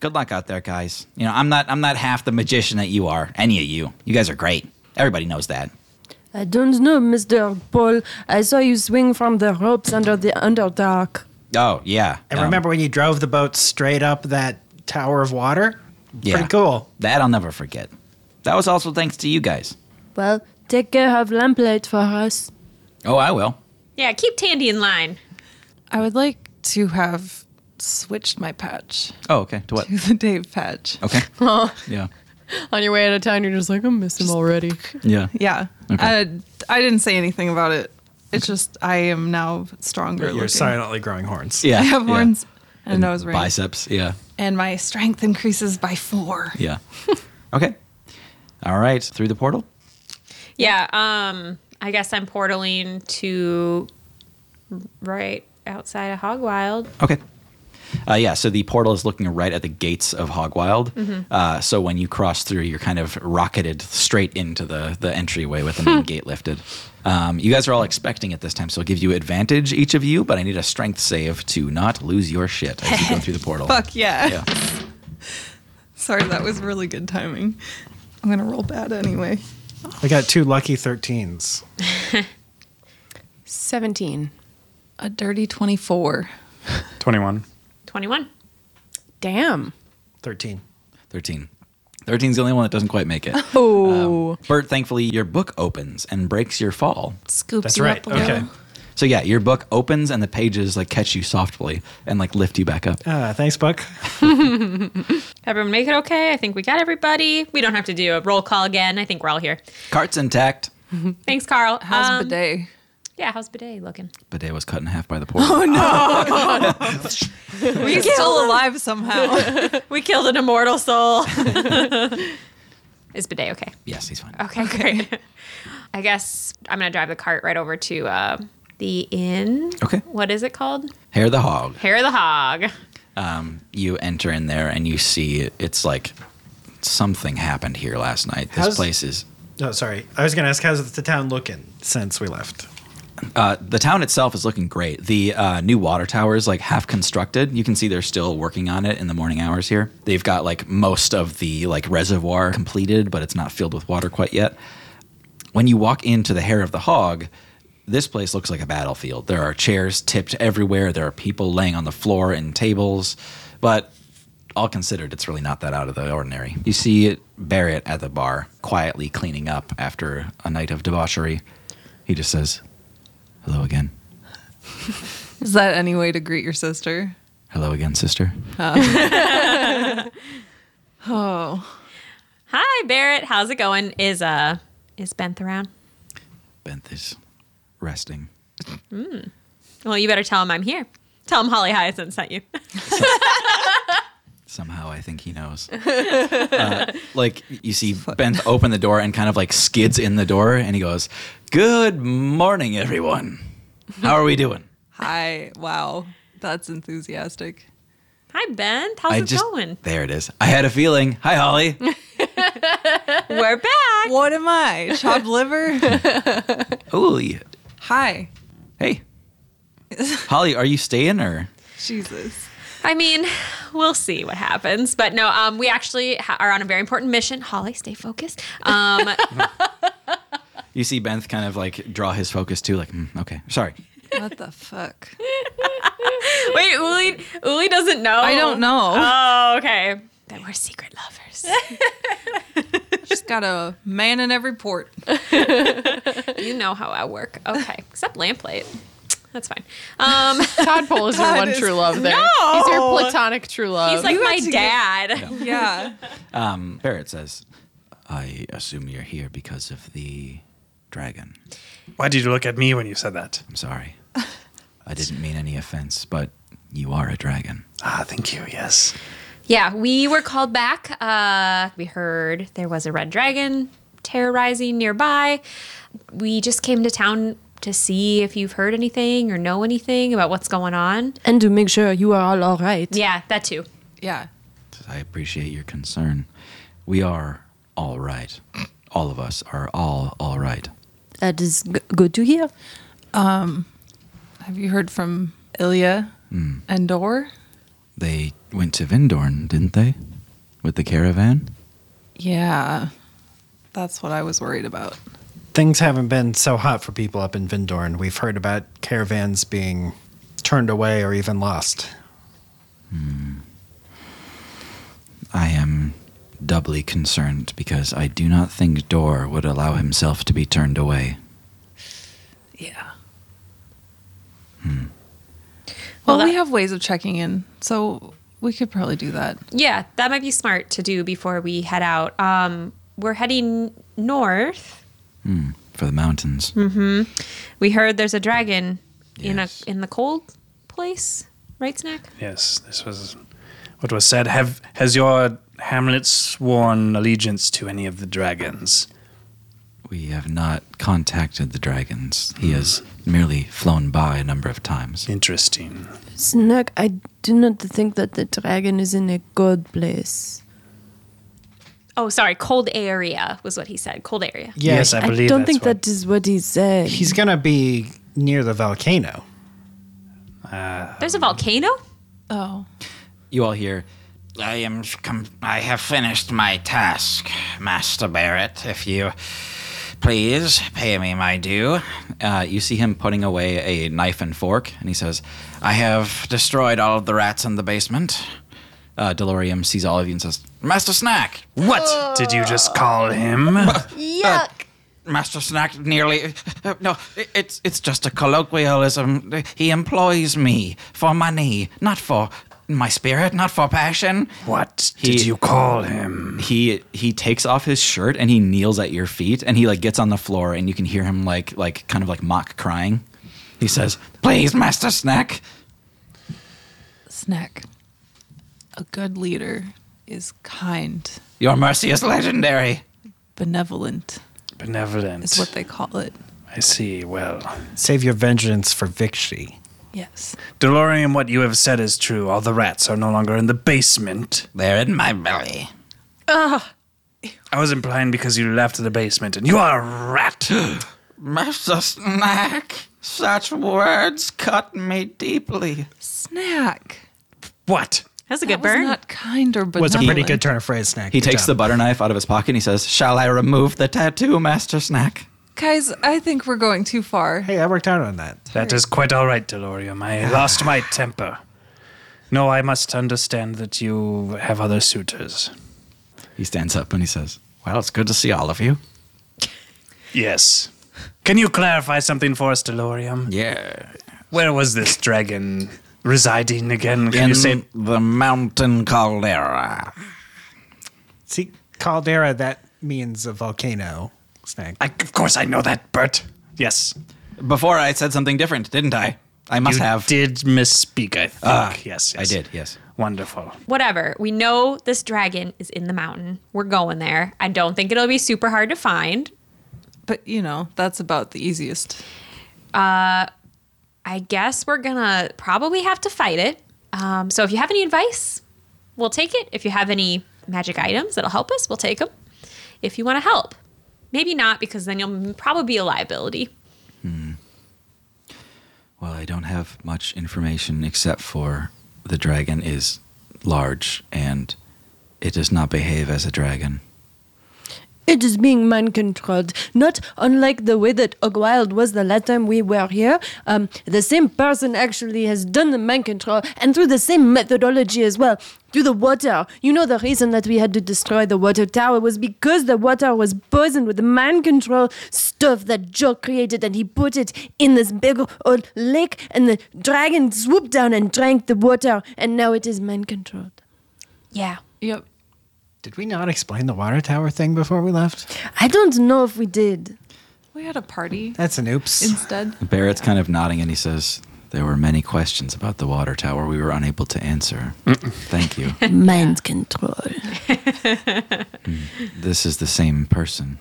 Speaker 15: good luck out there, guys. You know, I'm not I'm not half the magician that you are, any of you. You guys are great. Everybody knows that.
Speaker 10: I don't know, Mr. Paul. I saw you swing from the ropes under the Underdark.
Speaker 15: Oh yeah.
Speaker 4: And
Speaker 15: Um,
Speaker 4: remember when you drove the boat straight up that tower of water?
Speaker 15: Yeah.
Speaker 4: Pretty cool.
Speaker 15: that I'll never forget.
Speaker 1: That was also thanks to you guys.
Speaker 10: Well, take care of lamplight for us.
Speaker 1: Oh, I will.
Speaker 3: Yeah, keep Tandy in line.
Speaker 2: I would like to have switched my patch
Speaker 1: Oh, okay. To what?
Speaker 2: to the Dave patch.
Speaker 1: Okay.
Speaker 16: Oh,
Speaker 1: Yeah.
Speaker 16: on your way out of town, you're just like, I miss him already.
Speaker 1: Yeah.
Speaker 2: Yeah.
Speaker 1: Okay.
Speaker 2: I, I didn't say anything about it. It's just I am now stronger.
Speaker 4: You're
Speaker 2: looking.
Speaker 4: silently growing horns.
Speaker 1: Yeah.
Speaker 2: I have
Speaker 1: yeah.
Speaker 2: horns and, a nose ring.
Speaker 1: Biceps. Yeah.
Speaker 2: And my strength increases by four.
Speaker 1: Yeah. okay. All right. Through the portal.
Speaker 3: Yeah. Um. I guess I'm portaling to right outside of Hogwild.
Speaker 1: Okay. Uh, yeah, so the portal is looking right at the gates of Hogwild.
Speaker 3: Mhm.
Speaker 1: Uh, so when you cross through, you're kind of rocketed straight into the, the entryway with the main gate lifted. Um, you guys are all expecting it this time, so I'll give you advantage, each of you, but I need a strength save to not lose your shit as you go through the portal.
Speaker 2: Fuck yeah.
Speaker 1: Yeah.
Speaker 2: Sorry, that was really good timing. I'm gonna roll bad anyway.
Speaker 4: I got two lucky 13s.
Speaker 16: 17.
Speaker 2: A dirty 24.
Speaker 6: 21.
Speaker 3: 21.
Speaker 16: Damn.
Speaker 4: 13.
Speaker 1: 13. 13's the only one that doesn't quite make it.
Speaker 16: Oh.
Speaker 1: Bert, thankfully, your book opens and breaks your fall.
Speaker 2: Scoops
Speaker 4: That's
Speaker 2: you
Speaker 4: right.
Speaker 2: up a little.
Speaker 4: Okay.
Speaker 1: So yeah, your book opens and the pages like catch you softly and like lift you back up.
Speaker 4: Ah, thanks, Buck.
Speaker 3: Everyone make it okay. I think we got everybody. We don't have to do a roll call again. I think we're all here.
Speaker 1: Cart's intact.
Speaker 3: Thanks, Carl.
Speaker 2: How's
Speaker 3: Um,
Speaker 2: bidet?
Speaker 3: Yeah, how's bidet looking?
Speaker 1: Bidet was cut in half by the portal.
Speaker 2: We're still alive somehow.
Speaker 3: We killed an immortal soul. Is bidet okay?
Speaker 1: Yes, he's fine.
Speaker 3: Okay, great. I guess I'm gonna drive the cart right over to uh, the inn.
Speaker 1: Okay.
Speaker 3: What is it called?
Speaker 1: Hair the Hog.
Speaker 3: Hair of the Hog.
Speaker 1: Um, you enter in there and you see it's like something happened here last night. This
Speaker 4: How's-
Speaker 1: place is.
Speaker 4: No, sorry. I was going to ask how's the town looking since we left?
Speaker 1: Uh, the town itself is looking great. The uh, new water tower is like half constructed. You can see they're still working on it in the morning hours here. They've got like most of the like reservoir completed, but it's not filled with water quite yet. when you walk into the hair of the hog, this place looks like a battlefield. There are chairs tipped everywhere. There are people laying on the floor and tables, but all considered, it's really not that out of the ordinary. You see Barrett at the bar, quietly cleaning up after a night of debauchery. He just says, "Hello again,
Speaker 2: Is that any way to greet your sister?
Speaker 1: hello again, sister."
Speaker 2: Oh.
Speaker 3: Hi, Barrett. How's it going? Is uh is Benth around?
Speaker 1: Benth is resting.
Speaker 3: Well, you better tell him I'm here. Tell him Holly Hyacinth sent you.
Speaker 1: Somehow, I think he knows. Uh, like you see, Ben open the door and kind of like skids in the door, and he goes, "Good morning, everyone. How are we doing?"
Speaker 2: Hi. Wow. That's enthusiastic.
Speaker 3: Hi, Benth. How's
Speaker 1: I
Speaker 3: it going?
Speaker 1: There it is. I had a feeling. Hi, Holly.
Speaker 3: We're back.
Speaker 2: What am I? Chopped liver?
Speaker 1: Ooh, yeah.
Speaker 2: Hi.
Speaker 1: hey, Holly, are you staying or?
Speaker 2: Jesus.
Speaker 3: I mean, we'll see what happens. But no, um, we actually ha- are on a very important mission. Holly, stay focused. Um,
Speaker 1: You see Benth kind of like draw his focus too, like, "Mm, okay, sorry.
Speaker 2: What the fuck?
Speaker 3: wait, Uli, Uli doesn't know.
Speaker 2: I don't know.
Speaker 3: Oh, okay. Then we're secret lovers.
Speaker 2: Just got a man in every port.
Speaker 3: you know how I work. Okay, except lamplight. That's fine. Um,
Speaker 16: Tadpole is your
Speaker 2: God
Speaker 16: one
Speaker 2: is-
Speaker 16: true love there.
Speaker 3: No!
Speaker 16: He's your platonic true love.
Speaker 3: he's like my
Speaker 2: Oh, to get-
Speaker 3: dad.
Speaker 2: Yeah.
Speaker 1: Um, Barrett says, I assume you're here because of the dragon.
Speaker 6: Why did you look at me when you said that?
Speaker 1: I'm sorry. I didn't mean any offense, but you are a dragon.
Speaker 6: Ah, thank you. Yes.
Speaker 3: Yeah, we were called back. Uh, we heard there was a red dragon terrorizing nearby. We just came to town to see if you've heard anything or know anything about what's going on.
Speaker 10: And to make sure you are all all right.
Speaker 3: Yeah, that too.
Speaker 2: Yeah.
Speaker 1: I appreciate your concern. We are all right. All of us are all all right.
Speaker 10: That is g- good to hear.
Speaker 2: Have you heard from Ilya
Speaker 4: Hmm.
Speaker 2: and Dor?
Speaker 1: They went to Vindorn, didn't they? With the caravan?
Speaker 2: Yeah. That's what I was worried about.
Speaker 4: Things haven't been so hot for people up in Vindorn. We've heard about caravans being turned away or even lost.
Speaker 1: I am doubly concerned because I do not think Dor would allow himself to be turned away.
Speaker 2: Yeah.
Speaker 1: Hmm.
Speaker 2: Well, we have ways of checking in, so we could probably do that.
Speaker 3: Yeah, that might be smart to do before we head out. Um, we're heading north.
Speaker 1: Hmm. For the mountains.
Speaker 3: Mm-hmm. We heard there's a dragon in a in the cold place, right, Snack?
Speaker 6: Yes, this was what was said. Have has your Hamlet sworn allegiance to any of the dragons?
Speaker 1: We have not contacted the dragons. He has merely flown by a number of times.
Speaker 6: Interesting.
Speaker 10: Snack, I do not think that the dragon is in a good place.
Speaker 3: Oh, sorry, cold area was what he said. Cold area.
Speaker 10: I don't think that is what he said.
Speaker 4: He's gonna be near the volcano.
Speaker 3: There's a volcano.
Speaker 2: Oh.
Speaker 1: You all hear
Speaker 19: I am. Com- I have finished my task, Master Barrett. If you
Speaker 1: Please pay me my due. Uh, you see him putting away a knife and fork, and he says, I have destroyed all of the rats in the basement. Uh, Delorium sees all of you and says,
Speaker 19: Master Snack. What
Speaker 6: Oh,
Speaker 1: Did you just call him?
Speaker 19: Yuck. Master Snack nearly. uh, no, i- it's it's just a colloquialism. He employs me for money, not for my spirit, not for passion.
Speaker 6: What
Speaker 1: did you
Speaker 6: call him?
Speaker 1: He he takes off his shirt and he kneels at your feet and he like gets on the floor and you can hear him like like kind of like mock crying. He says, "Please, Master Snack."
Speaker 2: Snack. A good leader is kind,
Speaker 19: Your mercy is legendary.
Speaker 2: benevolent,
Speaker 6: Benevolent.
Speaker 2: is what they call it.
Speaker 6: I see. Well,
Speaker 4: Save your vengeance for Vixie.
Speaker 2: Yes.
Speaker 6: Delorium, what you have said is true. All the rats are no longer in the basement.
Speaker 19: They're in my belly.
Speaker 2: Ugh.
Speaker 6: I was implying because you left the basement, and you are a rat.
Speaker 19: Master Snack, such words cut me deeply.
Speaker 2: Snack.
Speaker 6: What?
Speaker 3: That's
Speaker 2: a good burn. not kind or benevolent.
Speaker 4: Was a pretty good turn of phrase, Snack.
Speaker 1: He takes the butter knife out of his pocket and he says, "Shall I remove the tattoo, Master Snack?"
Speaker 2: Guys, I think we're going too far.
Speaker 4: Hey, I worked out on that.
Speaker 6: That is quite all right, Delorium. I lost my temper. No, I must understand that you have other suitors.
Speaker 1: He stands up and he says, "Well, it's good to see all of you."
Speaker 6: Yes. Can you clarify something for us, Delorium?
Speaker 19: Yeah.
Speaker 6: Where was this dragon residing again? Can
Speaker 19: in
Speaker 6: you say
Speaker 19: the mountain caldera.
Speaker 4: See, caldera, that means a volcano, Snack.
Speaker 6: I, of course I know that, Bert. Yes.
Speaker 1: Before I said something different, didn't I? I must
Speaker 6: You
Speaker 1: have.
Speaker 6: Did misspeak, I think.
Speaker 1: Ah,
Speaker 6: yes, yes.
Speaker 1: I did, yes.
Speaker 6: Wonderful.
Speaker 3: Whatever. We know this dragon is in the mountain. We're going there. I don't think it'll be super hard to find.
Speaker 2: But, you know, that's about the easiest.
Speaker 3: Uh, I guess we're gonna probably have to fight it. Um, so if you have any advice, we'll take it. If you have any magic items that'll help us, we'll take them. If you want to help, maybe not because then you'll probably be a liability.
Speaker 1: Well, I don't have much information except for the dragon is large and it does not behave as a dragon.
Speaker 10: It is being mind controlled, not unlike the way that Ogwild was the last time we were here. Um, the same person actually has done the mind control and through the same methodology as well. Through the water. You know, the reason that we had to destroy the water tower was because the water was poisoned with the mind control stuff that Joe created, and he put it in this big old lake, and the dragon swooped down and drank the water, and now it is mind controlled.
Speaker 3: Yeah.
Speaker 2: Yep.
Speaker 4: Did we not explain the water tower thing before we left?
Speaker 10: I don't know if we did.
Speaker 2: We had a party
Speaker 4: That's an oops.
Speaker 2: instead.
Speaker 1: Barrett's kind of nodding and he says, There were many questions about the water tower we were unable to answer. Thank you.
Speaker 10: Mind control.
Speaker 1: This is the same person.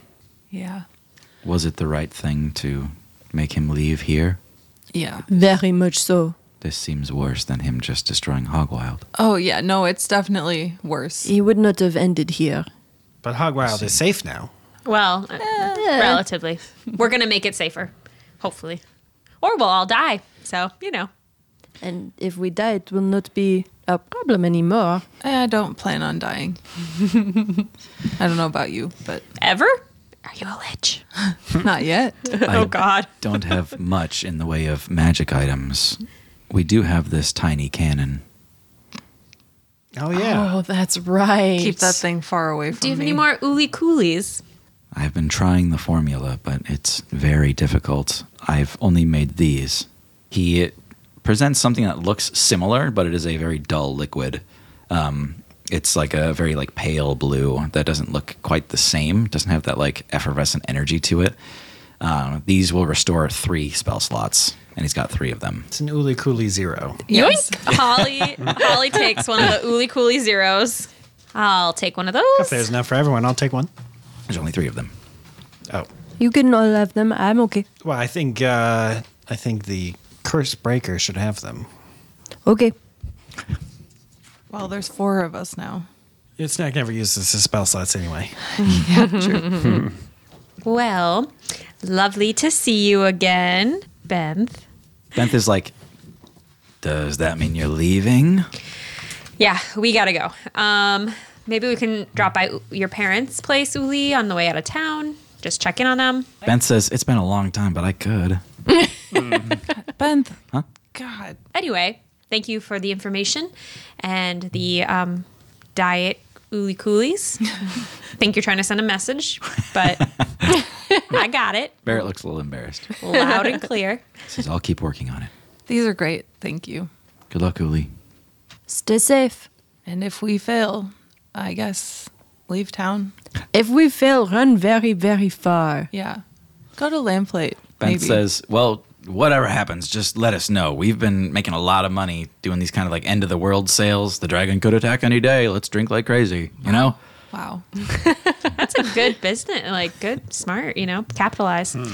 Speaker 2: Yeah.
Speaker 1: Was it the right thing to make him leave here?
Speaker 2: Yeah.
Speaker 10: Very much so.
Speaker 1: This seems worse than him just destroying Hogwild.
Speaker 2: Oh, yeah. No, it's definitely worse.
Speaker 10: He would not have ended here.
Speaker 4: But Hogwild is safe now.
Speaker 3: Well, uh, relatively, we're gonna make it safer, hopefully, or we'll all die. So you know.
Speaker 10: And if we die, it will not be a problem anymore.
Speaker 2: I don't plan on dying. I don't know about you, but
Speaker 3: ever? Are you a lich? Oh,
Speaker 2: not yet.
Speaker 1: I don't have much in the way of magic items. We do have this tiny cannon.
Speaker 4: Oh
Speaker 16: Oh, that's right.
Speaker 2: Keep that thing far away from
Speaker 3: Do you have
Speaker 2: me.
Speaker 3: any more ooly coolies?
Speaker 1: I've been trying the formula, but it's very difficult. I've only made these. He presents something that looks similar, but it is a very dull liquid. Um, it's like a very like pale blue that doesn't look quite the same. Doesn't have that like effervescent energy to it. Uh, these will restore three spell slots, and he's got three of them.
Speaker 4: It's an Uli Cooley zero.
Speaker 3: Yoink! Holly, Holly takes one of the ooly coolie zeros. I'll take one of
Speaker 4: If
Speaker 3: those.
Speaker 4: there's enough for everyone, I'll take one.
Speaker 1: There's only three of them.
Speaker 4: Oh.
Speaker 10: You can all have them. I'm okay.
Speaker 4: Well, I think uh, I think the curse breaker should have them.
Speaker 10: Okay.
Speaker 2: Well, there's four of us now.
Speaker 4: It's not never uses his spell slots anyway.
Speaker 2: yeah, true.
Speaker 3: Well, lovely to see you again, Benth.
Speaker 1: Benth is like, does that mean you're leaving?
Speaker 3: Yeah, we gotta go. Um, maybe we can drop by U- your parents' place, Uli, on the way out of town. Just check in on them.
Speaker 1: Benth says it's been a long time, but I could.
Speaker 2: Ben.
Speaker 1: Huh?
Speaker 2: God.
Speaker 3: Anyway, thank you for the information and the um, diet Uli Coolies. Think you're trying to send a message, but I got it
Speaker 1: Barrett looks a little embarrassed.
Speaker 3: loud and clear.
Speaker 1: Says I'll keep working on it.
Speaker 2: These are great. Thank you.
Speaker 1: Good luck, Uli.
Speaker 10: Stay safe.
Speaker 2: And if we fail, I guess leave town.
Speaker 10: If we fail, run very, very far.
Speaker 2: Yeah. Go to Lamplight.
Speaker 1: Ben
Speaker 2: maybe.
Speaker 1: says, "Well, whatever happens, just let us know. We've been making a lot of money doing these kind of like end of the world sales. The dragon could attack any day. Let's drink like crazy, you know."
Speaker 2: Wow.
Speaker 3: That's a good business, like good, smart, you know, capitalize.
Speaker 1: Hmm.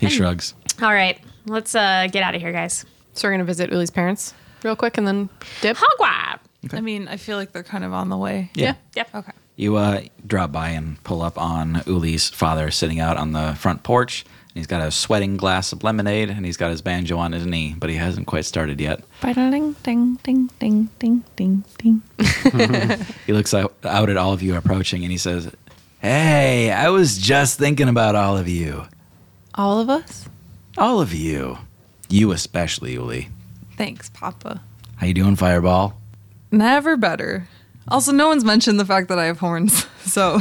Speaker 1: He shrugs.
Speaker 3: All right, let's uh, get out of here, guys.
Speaker 16: So we're gonna visit Uli's parents real quick and then dip.
Speaker 3: Hogwab.
Speaker 2: I mean, I feel like they're kind of on the way.
Speaker 1: Yeah.
Speaker 3: Yep. Okay.
Speaker 1: You uh, drop by and pull up on Uli's father sitting out on the front porch. And he's got a sweating glass of lemonade and he's got his banjo on his knee, but he hasn't quite started yet.
Speaker 2: Ding, ding, ding, ding, ding, ding, ding.
Speaker 1: He looks out, out at all of you approaching and he says, "Hey, I was just thinking about all of you.
Speaker 2: All of us?
Speaker 1: All of you. You especially, Uli.
Speaker 2: Thanks, Papa.
Speaker 1: How you doing, Fireball?"
Speaker 2: Never better. Also, no one's mentioned the fact that I have horns. So,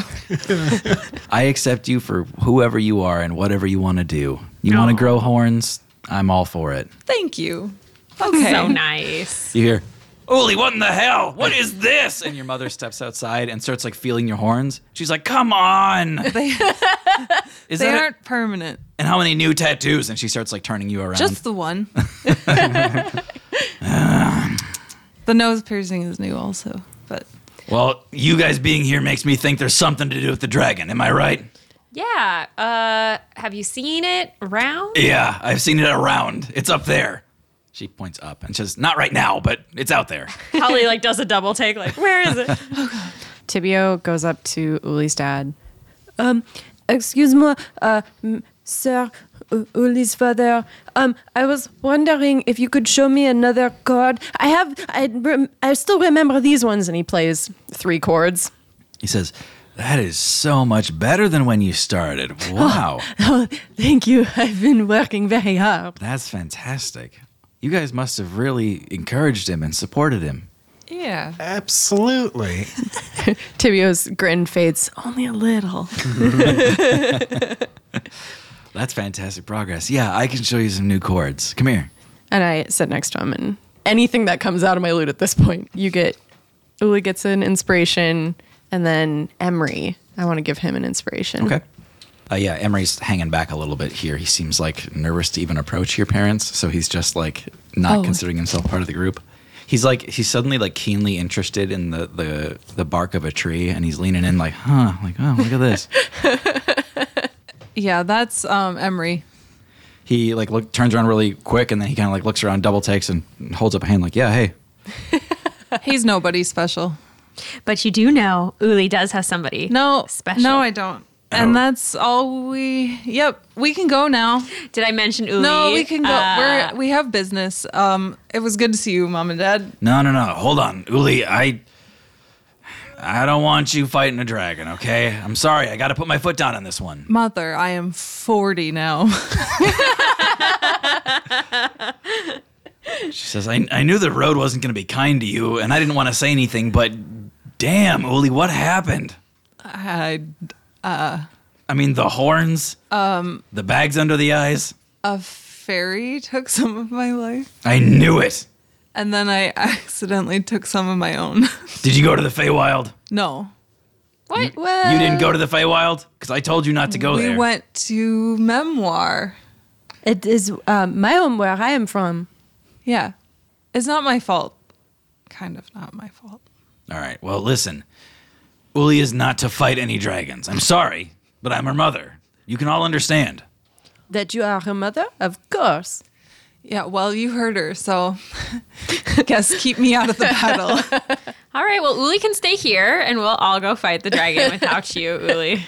Speaker 1: I accept you for whoever you are and whatever you want to do. You want to grow horns? I'm all for it.
Speaker 2: thank you. Okay.
Speaker 3: So nice.
Speaker 1: You hear, Uli, what in the hell? What is this? And your mother steps outside and starts like feeling your horns. She's like, come on.
Speaker 2: They,
Speaker 1: Is
Speaker 2: they
Speaker 1: that it?
Speaker 2: aren't permanent.
Speaker 1: And how many new tattoos? And she starts like turning you around.
Speaker 2: Just the one. the nose piercing is new, also. But
Speaker 1: well, you guys being here makes me think there's something to do with the dragon. Am I right?
Speaker 3: Yeah. Uh, have you seen it around?
Speaker 1: Yeah, I've seen it around. It's up there. She points up and says, not right now, but it's out there.
Speaker 3: Holly like does a double take, like, where is it?
Speaker 16: Tibio goes up to Uli's dad.
Speaker 10: Um, excuse me, uh, m- Sir U- Uli's father. Um, I was wondering if you could show me another card. I have, I, rem- I still remember these ones. And he plays three chords.
Speaker 1: He says, That is so much better than when you started. Wow.
Speaker 10: Oh, thank you. I've been working very hard.
Speaker 1: That's fantastic. You guys must have really encouraged him and supported him.
Speaker 2: yeah.
Speaker 4: Absolutely.
Speaker 16: Tibio's grin fades only a little.
Speaker 1: That's fantastic progress. Yeah, I can show you some new chords. Come here.
Speaker 16: And I sit next to him, and anything that comes out of my loot at this point, you get. Uli gets an inspiration, and then Emery. I want to give him an inspiration.
Speaker 1: Okay. Uh, yeah, Emery's hanging back a little bit here. He seems like nervous to even approach your parents, so he's just like not
Speaker 16: Oh.
Speaker 1: considering himself part of the group. He's like he's suddenly like keenly interested in the the the bark of a tree, and he's leaning in like, huh, like oh look at this.
Speaker 2: Yeah, that's um, Emery.
Speaker 1: he like look, turns around really quick, and then he kind of like looks around, double takes, and holds up a hand like, yeah, hey,
Speaker 2: He's nobody special.
Speaker 3: But you do know Uli does have somebody.
Speaker 2: No,
Speaker 3: Special.
Speaker 2: no, I don't.
Speaker 3: Oh.
Speaker 2: And that's all we. Yep, we can go now.
Speaker 3: Did I mention Uli?
Speaker 2: No, we can go.
Speaker 1: Ah.
Speaker 3: Uh,
Speaker 2: We're we have business. Um, it was good to see you, mom and dad.
Speaker 1: No, no, no. Hold on, Uli. I, I don't want you fighting a dragon. Okay. I'm sorry. I got to put my foot down on this one.
Speaker 2: Mother, I am forty now.
Speaker 1: She says, I, I knew the road wasn't going to be kind to you, and I didn't want to say anything, but damn, Uli, what happened?
Speaker 2: I, uh,
Speaker 1: I mean, the horns,
Speaker 2: um,
Speaker 1: the bags under the eyes.
Speaker 2: a fairy took some of my life,
Speaker 1: I knew it.
Speaker 2: and then I accidentally took some of my own.
Speaker 1: Did you go to the Feywild?
Speaker 2: no.
Speaker 3: What?
Speaker 1: you didn't go to the Feywild? Because I told you not to go
Speaker 2: we
Speaker 1: Oh, there.
Speaker 2: went to memoir.
Speaker 10: It is uh, my home where I am from.
Speaker 2: Yeah. It's not my fault. Kind of not my fault.
Speaker 1: All right, well, listen. Uli is not to fight any dragons. I'm sorry, but I'm her mother. You can all understand.
Speaker 10: That you are her mother? Of course.
Speaker 2: Yeah, well, you heard her, so guess keep me out of the battle.
Speaker 3: All right, well, Uli can stay here and we'll all go fight the dragon without you, Uli.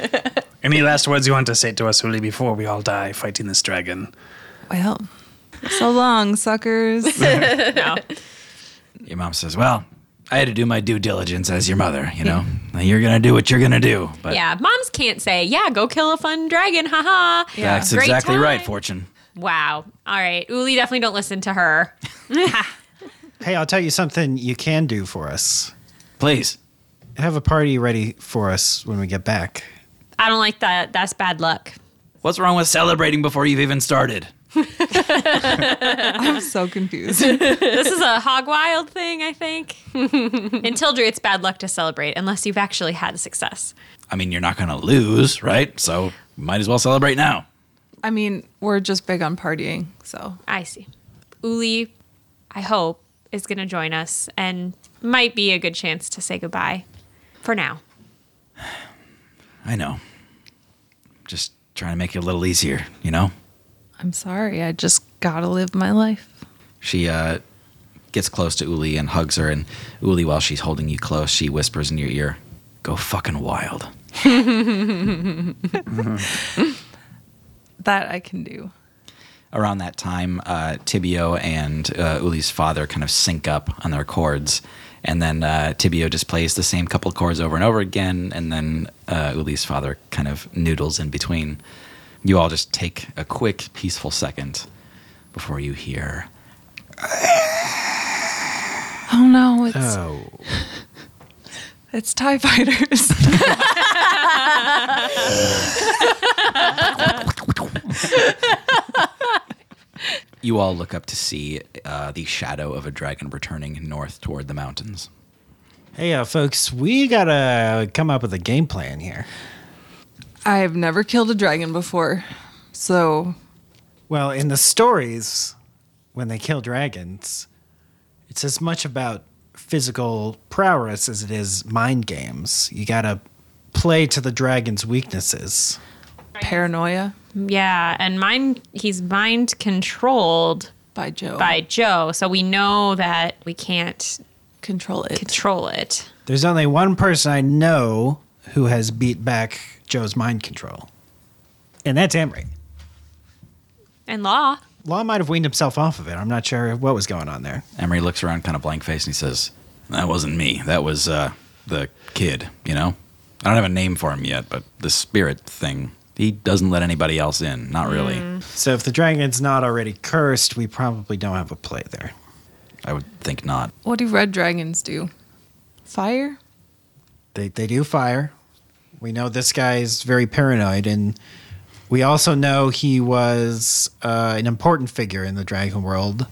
Speaker 6: Any last words you want to say to us, Uli, before we all die fighting this dragon?
Speaker 2: Well, so long, suckers.
Speaker 3: no.
Speaker 1: Your mom says, Well, I had to do my due diligence as your mother, you know? Now you're going to do what you're going to do. But
Speaker 3: yeah, moms can't say, yeah, go kill a fun dragon, haha.
Speaker 1: that's exactly right, Fortune.
Speaker 3: Wow. All right, Uli, definitely don't listen to her.
Speaker 4: Hey, I'll tell you something you can do for us.
Speaker 1: Please.
Speaker 4: Have a party ready for us when we get back.
Speaker 3: I don't like that. That's bad luck.
Speaker 1: What's wrong with celebrating before you've even started?
Speaker 2: I'm so confused.
Speaker 3: this is a hog wild thing, I think. In Tildry, it's bad luck to celebrate unless you've actually had success.
Speaker 1: I mean, you're not going to lose, right? So might as well celebrate now.
Speaker 2: I mean, we're just big on partying, so.
Speaker 3: I see. Uli, I hope, is going to join us and might be a good chance to say goodbye for now.
Speaker 1: I know. Just trying to make it a little easier, you know?
Speaker 2: I'm sorry. I just gotta live my life.
Speaker 1: She uh, gets close to Uli and hugs her, and Uli, while she's holding you close, she whispers in your ear, Go fucking wild.
Speaker 2: That I can do.
Speaker 1: Around that time, uh, Tibio and uh, Uli's father kind of sync up on their chords. And then uh, Tibio just plays the same couple chords over and over again. And then uh, Uli's father kind of noodles in between. You all just take a quick, peaceful second before you hear.
Speaker 2: Oh no, it's
Speaker 1: Oh.
Speaker 2: it's TIE fighters.
Speaker 1: You all look up to see uh, the shadow of a dragon returning north toward the mountains.
Speaker 4: Hey, uh, folks, we gotta come up with a game plan here.
Speaker 2: I've never killed a dragon before, so
Speaker 4: Well, in the stories, when they kill dragons, it's as much about physical prowess as it is mind games. You gotta play to the dragon's weaknesses.
Speaker 2: paranoia.
Speaker 3: Yeah, and mind he's mind controlled
Speaker 2: by Joe.
Speaker 3: By Joe. So we know that we can't
Speaker 2: control it.
Speaker 3: Control it.
Speaker 4: There's only one person I know who has beat back Joe's mind control, and that's Emery.
Speaker 3: And law.
Speaker 4: Law might have weaned himself off of it. I'm not sure what was going on there.
Speaker 1: Emery looks around kind of blank faced and he says, That wasn't me. That was uh, the kid, you know? I don't have a name for him yet, but the spirit thing. He doesn't let anybody else in. Not really.
Speaker 4: So if the dragon's not already cursed, we probably don't have a play there.
Speaker 1: I would think not.
Speaker 2: What do red dragons do? Fire?
Speaker 4: They they do fire. We know this guy is very paranoid, and we also know he was uh, an important figure in the dragon world.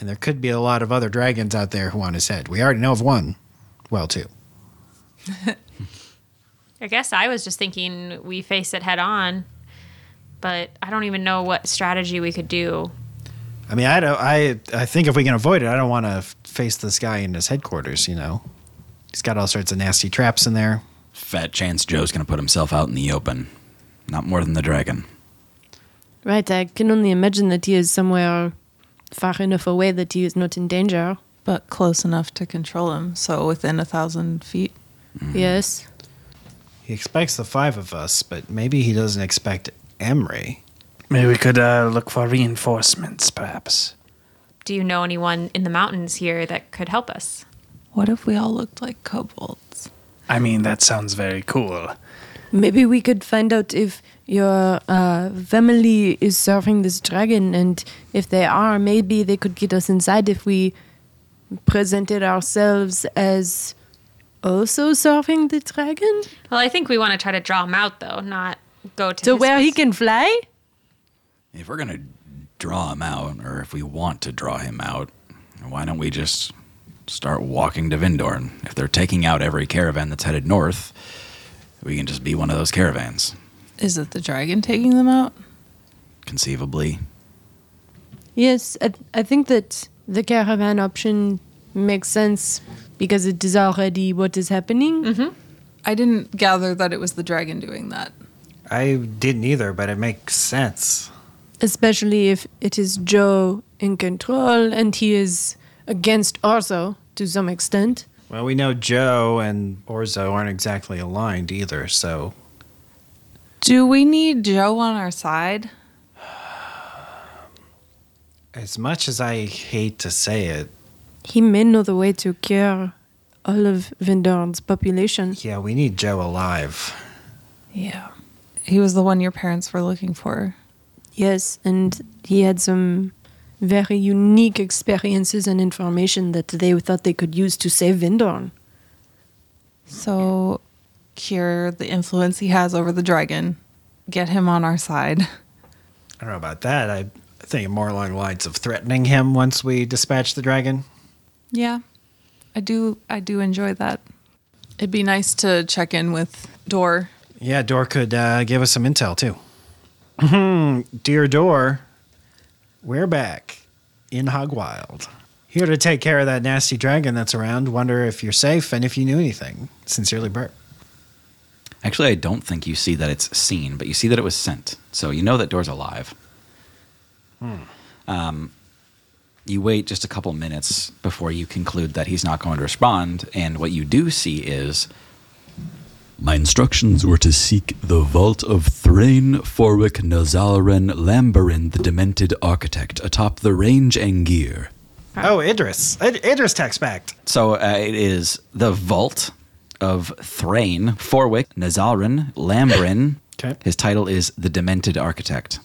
Speaker 4: And there could be a lot of other dragons out there who want his head. We already know of one. Well, two.
Speaker 3: I guess I was just thinking we face it head on, but I don't even know what strategy we could do.
Speaker 4: I mean, I don't. I I think if we can avoid it, I don't want to face this guy in his headquarters. You know, he's got all sorts of nasty traps in there.
Speaker 1: Fat chance Joe's going to put himself out in the open. Not more than the dragon.
Speaker 10: Right, I can only imagine that he is somewhere far enough away that he is not in danger.
Speaker 2: But close enough to control him, so within a thousand feet.
Speaker 10: Yes.
Speaker 4: He expects the five of us, but maybe he doesn't expect Emery.
Speaker 6: Maybe we could uh, look for reinforcements, perhaps.
Speaker 3: Do you know anyone in the mountains here that could help us?
Speaker 2: What if we all looked like kobolds?
Speaker 6: I mean, that sounds very cool.
Speaker 10: Maybe we could find out if your uh, family is serving this dragon, and if they are, maybe they could get us inside if we presented ourselves as also serving the dragon
Speaker 3: Well, I think we want to try to draw him out, though, not go to.
Speaker 10: to
Speaker 3: his
Speaker 10: where he can fly.
Speaker 1: If we're gonna draw him out, or if we want to draw him out, why don't we just start walking to Vindor? And if they're taking out every caravan that's headed north, we can just be one of those caravans,
Speaker 2: Is it the dragon taking them out?
Speaker 1: conceivably.
Speaker 10: Yes, I, I think that the caravan option makes sense because it is already what is happening. Mm-hmm.
Speaker 2: I didn't gather that it was the dragon doing that.
Speaker 4: I didn't either, but it makes sense.
Speaker 10: Especially if it is Joe in control and he is against Orzo to some extent.
Speaker 4: Well, we know Joe and Orzo aren't exactly aligned either, so
Speaker 2: Do we need Joe on our side?
Speaker 4: as much as I hate to say it,
Speaker 10: He may know the way to cure all of Vindorn's population.
Speaker 4: yeah, we need Joe alive.
Speaker 2: Yeah. He was the one your parents were looking for.
Speaker 10: Yes, and he had some very unique experiences and information that they thought they could use to save Vindorn.
Speaker 2: So, cure the influence he has over the dragon, get him on our side.
Speaker 4: I don't know about that. I think more along the lines of threatening him once we dispatch the dragon.
Speaker 2: Yeah. I do I do enjoy that. It'd be nice to check in with Dor.
Speaker 4: Yeah, Dor could uh, give us some intel too. Hmm, Dear Dor, we're back in Hogwild. Here to take care of that nasty dragon that's around. Wonder if you're safe and if you knew anything. Sincerely, Bert.
Speaker 1: Actually, I don't think you see that it's seen, but you see that it was sent. So you know that door's alive. Um, you wait just a couple minutes before you conclude that he's not going to respond. And what you do see is
Speaker 5: My instructions were to seek the vault of Thrain Forwick Nazalren Lambarin, the Demented Architect, atop the Range Angier.
Speaker 4: Oh, Idris. Id- Idris text back.
Speaker 1: So uh, it is the vault of Thrain, Forwick, Nazalrin, Lambrin.
Speaker 4: Okay.
Speaker 1: His title is The Demented Architect.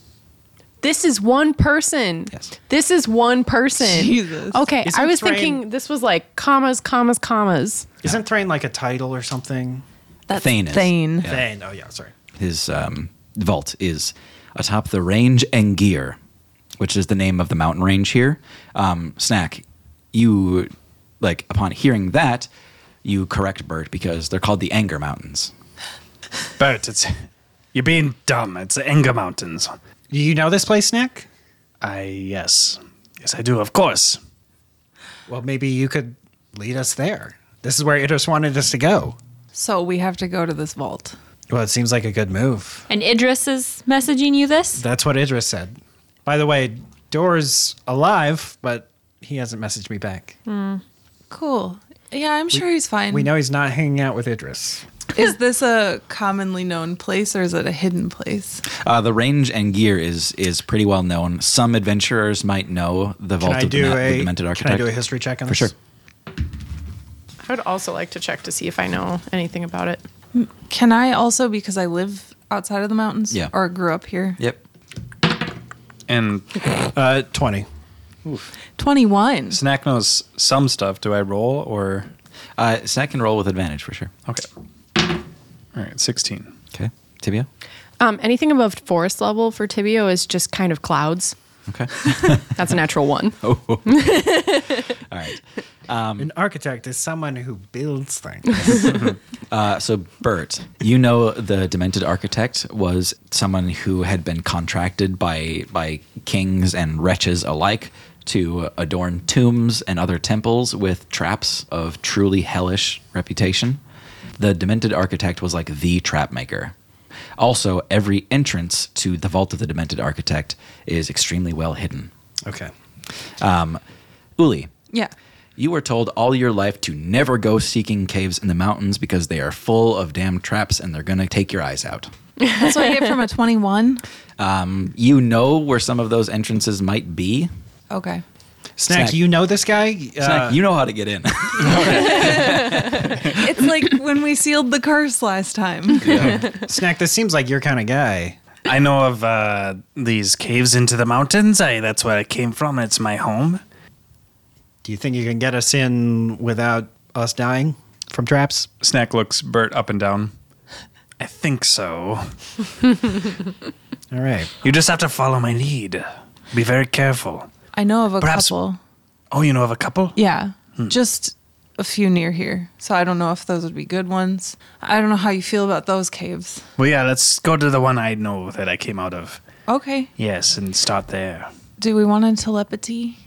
Speaker 16: This is one person. Yes. This is one person.
Speaker 4: Jesus.
Speaker 16: Okay,
Speaker 4: Isn't
Speaker 16: I was
Speaker 4: Thrain-
Speaker 16: thinking this was like commas, commas, commas.
Speaker 4: Isn't Thrain like a title or something?
Speaker 16: That's
Speaker 1: Thane is. Thane. Yeah.
Speaker 4: Thane. Oh, yeah, sorry.
Speaker 1: His um, vault is atop the Range Engir, which is the name of the mountain range here. Um, Snack, you, like, upon hearing that, you correct Bert because they're called the Anger Mountains.
Speaker 6: Bert, it's you're being dumb. It's the Enger Mountains.
Speaker 4: You know this place, Nick?
Speaker 6: I yes, yes I do. Of course.
Speaker 4: Well, maybe you could lead us there. This is where Idris wanted us to go.
Speaker 2: So we have to go to this vault.
Speaker 4: Well, it seems like a good move.
Speaker 3: And Idris is messaging you this?
Speaker 4: That's what Idris said. By the way, Dor's alive, but he hasn't messaged me back.
Speaker 2: Cool. Yeah, I'm sure he's fine.
Speaker 4: We know he's not hanging out with Idris.
Speaker 2: is this a commonly known place or is it a hidden place?
Speaker 1: Uh, the Range Engir is is pretty well known. Some adventurers might know the
Speaker 4: Can
Speaker 1: vault
Speaker 4: I
Speaker 1: of
Speaker 4: do
Speaker 1: the, ma- the
Speaker 4: a-
Speaker 1: Demented
Speaker 4: can I
Speaker 1: Architect.
Speaker 4: do a history check on
Speaker 1: For
Speaker 4: this?
Speaker 1: sure.
Speaker 16: I would also like to check to see if I know anything about it.
Speaker 2: Can I also because I live outside of the mountains
Speaker 6: Yeah.
Speaker 2: or grew up here?
Speaker 1: Yep.
Speaker 6: And
Speaker 4: uh, twenty.
Speaker 2: 21.
Speaker 6: Snack knows some stuff. Do I roll or?
Speaker 1: Uh, snack can roll with advantage for sure.
Speaker 6: Okay. All right, sixteen.
Speaker 1: Okay, Tibia.
Speaker 16: Um, anything above forest level for Tibio is just kind of clouds.
Speaker 1: Okay.
Speaker 16: That's a natural one.
Speaker 1: Oh.
Speaker 16: All
Speaker 1: right. Um,
Speaker 4: An architect is someone who builds things.
Speaker 1: Uh, so, Bert, you know the demented architect was someone who had been contracted by by kings and wretches alike to adorn tombs and other temples with traps of truly hellish reputation. The demented architect was like the trap maker. Also, every entrance to the vault of the demented architect is extremely well hidden.
Speaker 4: Okay.
Speaker 1: Um, Uli,
Speaker 2: Yeah.
Speaker 1: you were told all your life to never go seeking caves in the mountains because they are full of damn traps and they're going to take your eyes out.
Speaker 2: That's what I get from a 21.
Speaker 1: Um, you know where some of those entrances might be.
Speaker 2: Okay.
Speaker 4: Snack, you know this guy?
Speaker 1: Snack, you know how to get in.
Speaker 2: it's like when we sealed the curse last time.
Speaker 4: Uh, Snack, this seems like your kind of guy.
Speaker 6: I know of uh, these caves into the mountains. I that's where I came from. It's my home.
Speaker 4: Do you think you can get us in without us dying from traps?
Speaker 17: Snack looks Bert up and down. I think so.
Speaker 4: All right.
Speaker 6: You just have to follow my lead. Be very careful.
Speaker 2: I know of a
Speaker 6: Perhaps-
Speaker 2: couple.
Speaker 6: Oh, you know of a couple?
Speaker 2: Yeah,
Speaker 6: Hmm.
Speaker 2: just a few near here. So I don't know if those would be good ones. I don't know how you feel about those caves.
Speaker 6: Well, yeah. Let's go to the one I know that I came out of.
Speaker 2: Okay.
Speaker 6: Yes, and start there.
Speaker 2: Do we want a telepathy?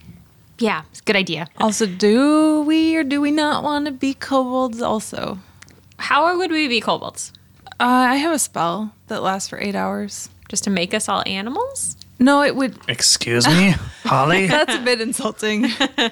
Speaker 3: Yeah, it's a good idea.
Speaker 2: Also, do we or do we not want to be kobolds also?
Speaker 3: How would we be kobolds?
Speaker 2: Uh, I have a spell that lasts for eight hours.
Speaker 3: Just to make us all animals?
Speaker 2: No, it would.
Speaker 6: Excuse me, Holly.
Speaker 2: That's a bit insulting. uh,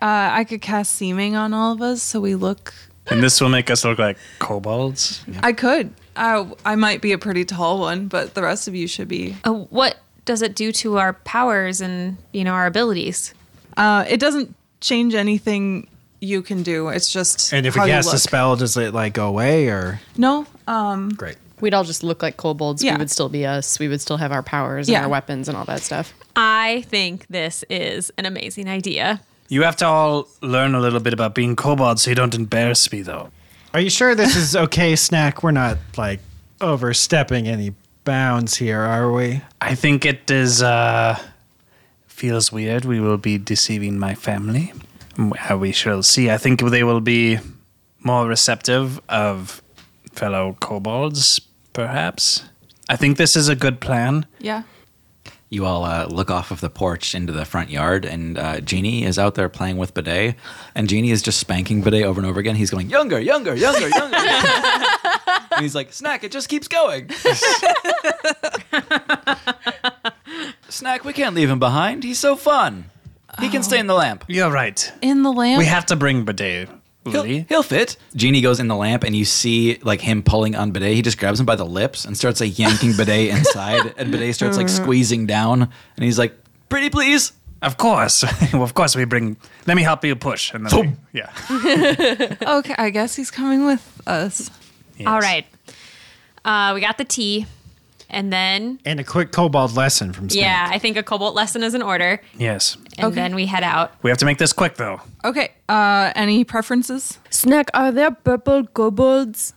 Speaker 2: I could cast seeming on all of us so we look.
Speaker 17: And this will make us look like kobolds.
Speaker 2: I could. I, I might be a pretty tall one, but the rest of you should be.
Speaker 3: Uh, what does it do to our powers and you know our abilities?
Speaker 2: Uh, it doesn't change anything you can do. It's just
Speaker 4: And if
Speaker 2: how
Speaker 4: we
Speaker 2: you
Speaker 4: cast a
Speaker 2: look.
Speaker 4: spell, does it like go away or?
Speaker 2: No. Um,
Speaker 4: Great.
Speaker 16: We'd all just look like kobolds.
Speaker 2: Yeah.
Speaker 16: We would still be us. We would still have our powers
Speaker 3: Yeah.
Speaker 16: and our weapons and all that stuff.
Speaker 3: I think this is an amazing idea.
Speaker 6: You have to all learn a little bit about being kobolds, so you don't embarrass me, though.
Speaker 4: Are you sure this is okay, Snack? We're not like overstepping any bounds here, are we?
Speaker 6: I think it is. uh Feels weird. We will be deceiving my family. M- uh, We shall see. I think they will be more receptive of fellow kobolds, perhaps. I think this is a good plan.
Speaker 2: Yeah.
Speaker 1: you all uh, look off of the porch into the front yard, and uh, Genie is out there playing with Bidet, and Genie is just spanking Bidet over and over again. He's going younger, younger, younger, younger. and he's like, "Snack, it just keeps going." Snack, we can't leave him behind. He's so fun. He can stay in the lamp.
Speaker 6: You're right.
Speaker 2: In the lamp.
Speaker 6: We have to bring Bidet.
Speaker 1: He'll, he'll fit. Genie goes in the lamp, and you see like him pulling on Bidet. He just grabs him by the lips and starts like yanking Bidet inside, and Bidet starts like squeezing down, and he's like, "Pretty please."
Speaker 6: Of course, of course, we bring. Let me help you push. And then we- yeah,
Speaker 2: okay, I guess he's coming with us.
Speaker 3: All right. Uh, we got the tea, and then
Speaker 4: And a quick kobold lesson from Snack.
Speaker 3: yeah, I think a cobalt lesson is in order,
Speaker 6: yes.
Speaker 3: and then we head out.
Speaker 6: We have to make this quick though.
Speaker 2: Okay. Uh, any preferences?
Speaker 10: Snack, are there purple kobolds?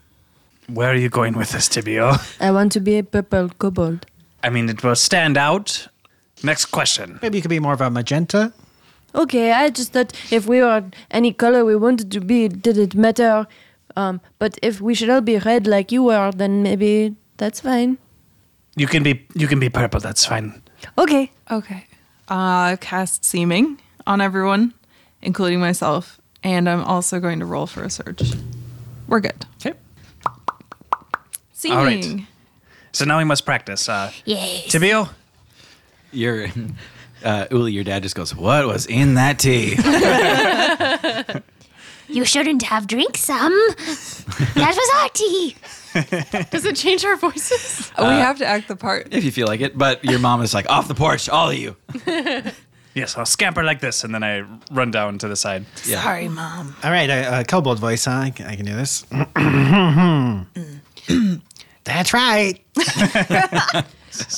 Speaker 6: Where are you going with this, Tibio?
Speaker 10: I want to be a purple kobold.
Speaker 6: I mean, it will stand out. Next question.
Speaker 4: Maybe you could be more of a magenta.
Speaker 10: Okay, I just thought if we were any color we wanted to be, it didn't matter. Um, but if we should all be red like you were, then maybe that's fine.
Speaker 6: You can be you can be purple. That's fine.
Speaker 10: Okay.
Speaker 2: Okay. Uh, cast seeming on everyone, including myself, and I'm also going to roll for a search. We're good.
Speaker 6: Okay.
Speaker 2: Seeming.
Speaker 6: All right. So now we must practice. Uh,
Speaker 2: Yes.
Speaker 6: Tibio,
Speaker 1: Your uh, Uli, your dad just goes, "What was in that tea?"
Speaker 20: You shouldn't have drank some. That was our tea.
Speaker 16: Does it change our voices?
Speaker 2: Oh, we
Speaker 1: Uh,
Speaker 2: have to act the part.
Speaker 1: if you feel like it, but your mom is like, "Off the porch, all of you."
Speaker 6: yes, I'll scamper like this, and then I run down to the side.
Speaker 1: Yeah.
Speaker 2: Sorry, mom.
Speaker 4: All right, a, a kobold voice, huh? I can, I can do this. That's right.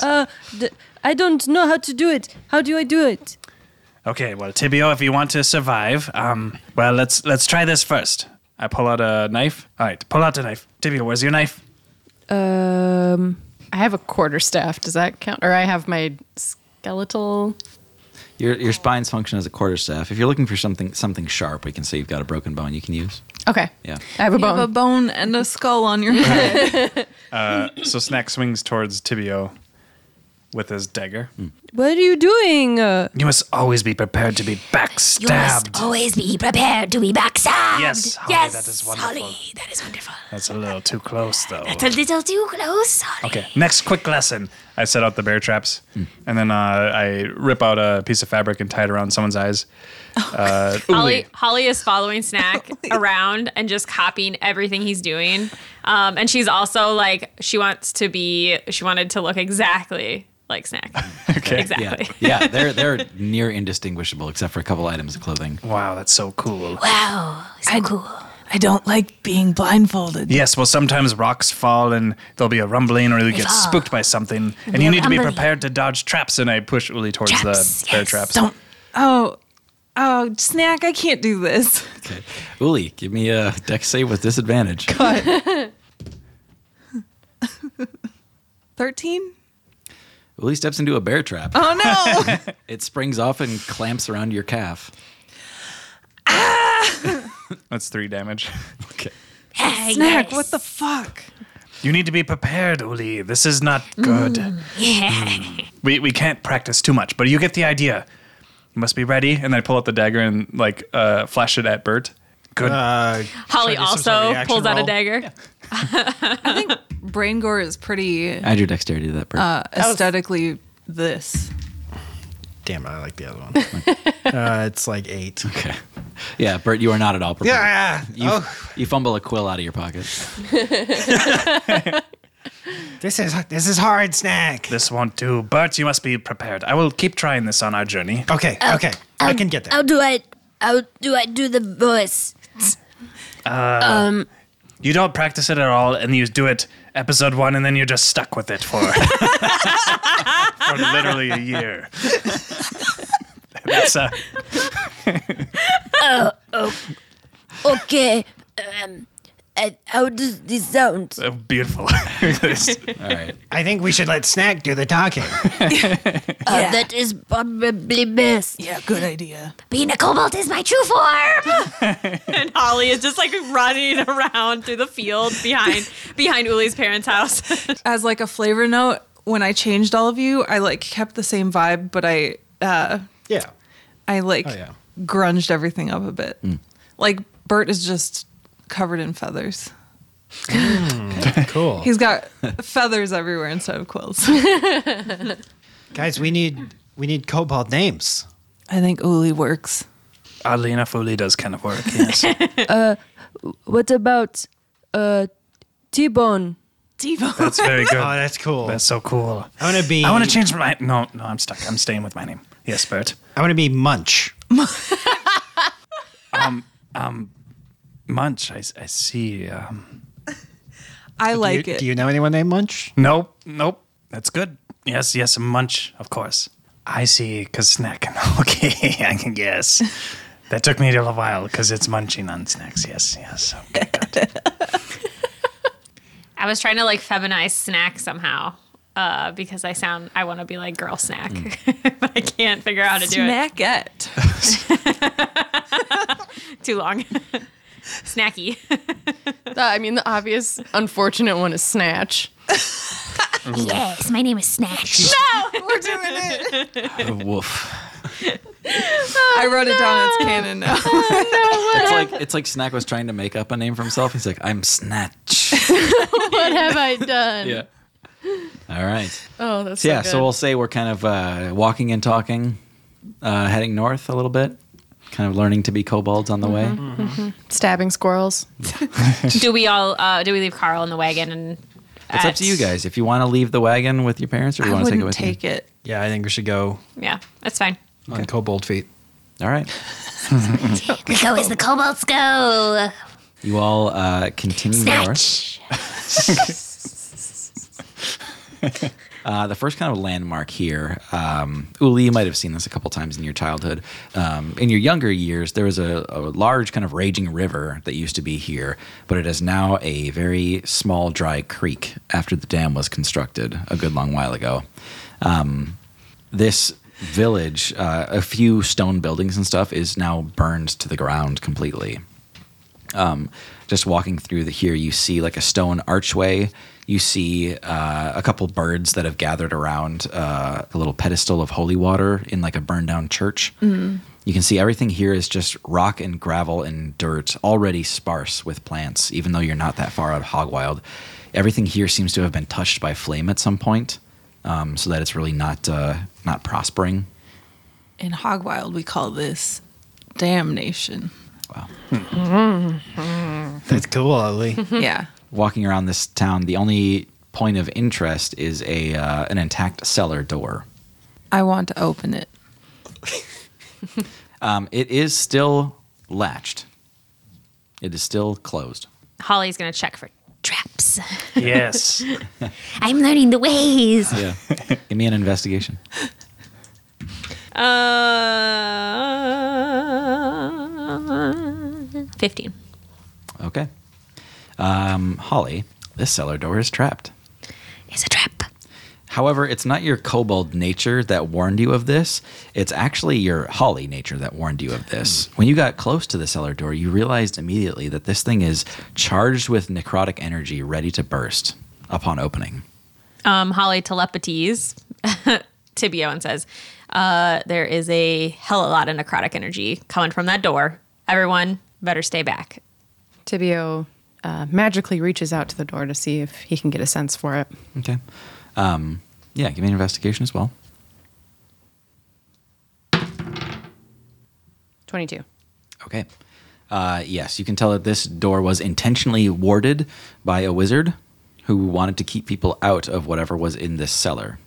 Speaker 10: Uh, d- I don't know how to do it. How do I do it?
Speaker 6: Okay, well, Tibio, if you want to survive, um, well, let's let's try this first. I pull out a knife. All right, pull out a knife. Tibio, where's your knife?
Speaker 16: Um, I have a quarter staff. Does that count? Or I have my skeletal.
Speaker 1: Your your spines function as a quarterstaff. If you're looking for something something sharp, we can say you've got a broken bone you can use.
Speaker 16: Okay.
Speaker 1: Yeah.
Speaker 16: I have a
Speaker 2: You have
Speaker 16: bone.
Speaker 2: a bone and a skull on your head.
Speaker 17: Uh, so Snack swings towards Tibio with his dagger.
Speaker 10: What are you doing? Uh,
Speaker 6: You must always be prepared to be
Speaker 20: You
Speaker 6: backstabbed.
Speaker 20: must always be prepared to be backstabbed.
Speaker 6: Yes, Holly,
Speaker 20: yes,
Speaker 6: that is wonderful.
Speaker 20: Holly, that is wonderful.
Speaker 6: That's a little too close, though.
Speaker 20: That's a little too close, Holly.
Speaker 6: Okay,
Speaker 17: Next quick lesson. I set out the bear traps, and then uh, I rip out a piece of fabric and tie it around someone's eyes. Uh,
Speaker 3: Holly, Holly is following Snack around and just copying everything he's doing. Um, and she's also like, she wants to be, she wanted to look exactly like Snack. Okay. Exactly.
Speaker 1: Yeah. yeah, they're they're near indistinguishable except for a couple items of clothing.
Speaker 6: Wow, that's so cool.
Speaker 2: Wow, so I, cool. I don't like being blindfolded.
Speaker 6: Yes, well, sometimes rocks fall and there'll be a rumbling or you
Speaker 2: They
Speaker 6: get
Speaker 2: fall.
Speaker 6: spooked by something. And
Speaker 2: They're
Speaker 6: you need to be
Speaker 2: rumbling.
Speaker 6: prepared to dodge traps. And I push Uli towards
Speaker 2: Traps,
Speaker 6: the bear traps.
Speaker 2: Don't. Oh, oh, snack! I can't do this.
Speaker 1: Uli, give me a deck save with disadvantage.
Speaker 2: Thirteen.
Speaker 1: Uli steps into a bear trap.
Speaker 2: Oh no!
Speaker 1: It springs off and clamps around your calf.
Speaker 6: That's three damage.
Speaker 1: Okay.
Speaker 2: snack! What the fuck?
Speaker 6: You need to be prepared, Uli. This is not good.
Speaker 2: Mm. Yeah.
Speaker 6: We, we can't practice too much, but you get the idea. You must be ready. And I pull out the dagger and like uh, flash it at Bert. Good.
Speaker 4: Ah. Uh,
Speaker 3: Holly
Speaker 2: Try to do some sort of
Speaker 3: also
Speaker 2: reaction
Speaker 3: pulls out a
Speaker 2: roll.
Speaker 3: dagger.
Speaker 2: I think brain gore is pretty
Speaker 1: Add your dexterity to that person.
Speaker 2: uh, aesthetically this.
Speaker 4: Damn it, I like the other one. uh, it's like eight.
Speaker 1: Okay. Yeah, Bert, you are not at all prepared.
Speaker 4: Yeah. Oh,
Speaker 1: You, you fumble a quill out of your pocket.
Speaker 6: This is this is hard, snack. This won't do, Bert. You must be prepared. I will keep trying this on our journey. Okay, okay, I can get
Speaker 15: oh.
Speaker 21: How do I? How do I do the voice?
Speaker 6: um, you don't practice it at all, and you do it episode one, and then you're just stuck with it for for literally a year. That's uh,
Speaker 21: oh, oh, okay. Um, I, how does this sound?
Speaker 6: beautiful.
Speaker 4: All
Speaker 1: right.
Speaker 4: I think we should let Snack do the talking.
Speaker 21: Uh, That is probably best.
Speaker 2: Yeah, good idea.
Speaker 20: Being a kobold is my true form.
Speaker 3: and Holly is just like running around through the field behind behind Uli's parents' house.
Speaker 2: As like a flavor note, when I changed all of you, I like kept the same vibe, but I uh
Speaker 4: yeah,
Speaker 2: I like
Speaker 4: Oh, yeah. Mm.
Speaker 2: grunged everything up a bit. Like Bert is just covered in feathers.
Speaker 4: Mm. cool.
Speaker 2: He's got feathers everywhere instead of quills.
Speaker 4: Guys, we need we need kobold names.
Speaker 2: I think Uli works.
Speaker 6: oddly enough, Uli does kind of work. Yes.
Speaker 10: uh, what about uh, T-Bone?
Speaker 2: T-Bone.
Speaker 6: That's very good.
Speaker 4: Oh, that's cool.
Speaker 6: That's so cool.
Speaker 4: I want to be.
Speaker 6: I want to change my. No, no, I'm stuck. I'm staying with my name. Yes, Bert.
Speaker 4: I want to be Munch.
Speaker 6: um, um, Munch. I, s- I see. Um,
Speaker 2: I
Speaker 6: like
Speaker 4: do you,
Speaker 6: it.
Speaker 4: Do you know anyone named Munch?
Speaker 6: nope, nope. That's good. Yes, yes, Munch, of course. I see, cause snack. Okay, I can guess. That took me a little while, cause it's munching on snacks. Yes, yes. Okay,
Speaker 3: I was trying to like feminize snack somehow. Uh, because I sound, I want to be like girl snack,
Speaker 1: Mm.
Speaker 3: but I can't figure out how to do it. Too long. Snacky.
Speaker 16: The- I mean, the obvious, unfortunate one is Snatch.
Speaker 20: yes, my name is Snatch.
Speaker 2: No, we're doing it.
Speaker 1: Woof.
Speaker 2: I wrote it down. It's canon now.
Speaker 1: It's like it's like Snack was trying to make up a name for himself. He's like, I'm Snatch.
Speaker 16: what have I done?
Speaker 1: Yeah. All right.
Speaker 16: Oh, that's
Speaker 1: So, yeah.
Speaker 16: So,
Speaker 1: So we'll say we're kind of uh, walking and talking, uh, heading north a little bit, kind of learning to be kobolds on the way.
Speaker 16: stabbing squirrels.
Speaker 3: do we all, uh, do we leave Carl in the wagon and
Speaker 1: It's up
Speaker 3: at-
Speaker 1: to you guys if you want to leave the wagon with your parents or you want to take it with you.
Speaker 2: it.
Speaker 4: Yeah, I think we should go
Speaker 3: Yeah, that's fine.
Speaker 4: on kobold feet.
Speaker 1: All right.
Speaker 20: We go as the kobolds go.
Speaker 1: You all uh, continue
Speaker 20: Snatch.
Speaker 1: north. uh, the first kind of landmark here, um, Uli, you might have seen this a couple times in your childhood. Um, in your younger years, there was a, a large kind of raging river that used to be here, but it is now a very small, dry creek after the dam was constructed a good long while ago. Um, this village, uh, a few stone buildings and stuff, is now burned to the ground completely um, just walking through the, here, you see like a stone archway. You see uh, a couple birds that have gathered around uh, a little pedestal of holy water in like a burned down church.
Speaker 22: Mm.
Speaker 1: You can see everything here is just rock and gravel and dirt, already sparse with plants, even though you're not that far out of Hogwild. Everything here seems to have been touched by flame at some point, um, so that it's really not uh, not prospering.
Speaker 2: In Hogwild, we call this damnation.
Speaker 4: That's cool, Uli.
Speaker 2: yeah.
Speaker 1: walking around this town, the only point of interest is a uh, an intact cellar door.
Speaker 2: I want to open it.
Speaker 1: Um, it is still latched. It is still closed.
Speaker 3: Holly's gonna check for traps.
Speaker 1: Yes.
Speaker 20: I'm learning the ways.
Speaker 1: Yeah. Give me an investigation.
Speaker 3: Uh, fifteen.
Speaker 1: Okay. Um, Holly, this cellar door is trapped.
Speaker 20: It's a trap.
Speaker 1: However, it's not your kobold nature that warned you of this. It's actually your Holly nature that warned you of this. When you got close to the cellar door, you realized immediately that this thing is charged with necrotic energy ready to burst upon opening.
Speaker 3: Um, Holly telepathies Tibio and says, uh, "There is a hell of a lot of necrotic energy coming from that door. Everyone better stay back."
Speaker 16: Tibio uh, magically reaches out to the door to see if he can get a sense for it.
Speaker 1: Okay. Um, yeah, give me an investigation as well.
Speaker 16: 22.
Speaker 1: Okay. Uh, yes, you can tell that this door was intentionally warded by a wizard who wanted to keep people out of whatever was in this cellar.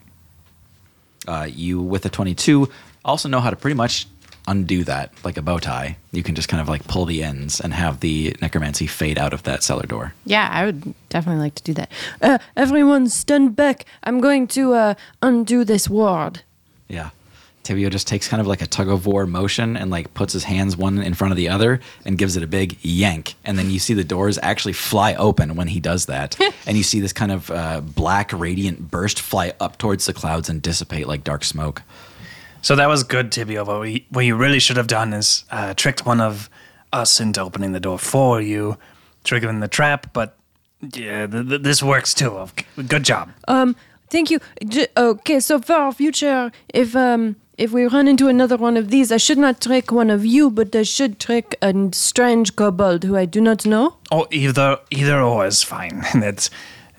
Speaker 1: Uh, you, with a 22, also know how to pretty much undo that like a bow tie. You can just kind of like pull the ends and have the necromancy fade out of that cellar door.
Speaker 16: Yeah, I would definitely like to do that.
Speaker 21: Uh, everyone stand back. I'm going to uh, undo this ward.
Speaker 1: Yeah. Tibio just takes kind of like a tug of war motion and like puts his hands one in front of the other and gives it a big yank. And then you see the doors actually fly open when he does that. and you see this kind of uh, black radiant burst fly up towards the clouds and dissipate like dark smoke.
Speaker 6: So that was good, Tibio. What, we, what you really should have done is uh, tricked one of us into opening the door for you, triggering the trap, but yeah, th- th- this works too. Okay, Good job.
Speaker 21: Um, thank you. J- uh, okay, so for our future, if um, if we run into another one of these, I should not trick one of you, but I should trick a strange kobold who I do not know.
Speaker 6: Or Oh, either either or is fine. That's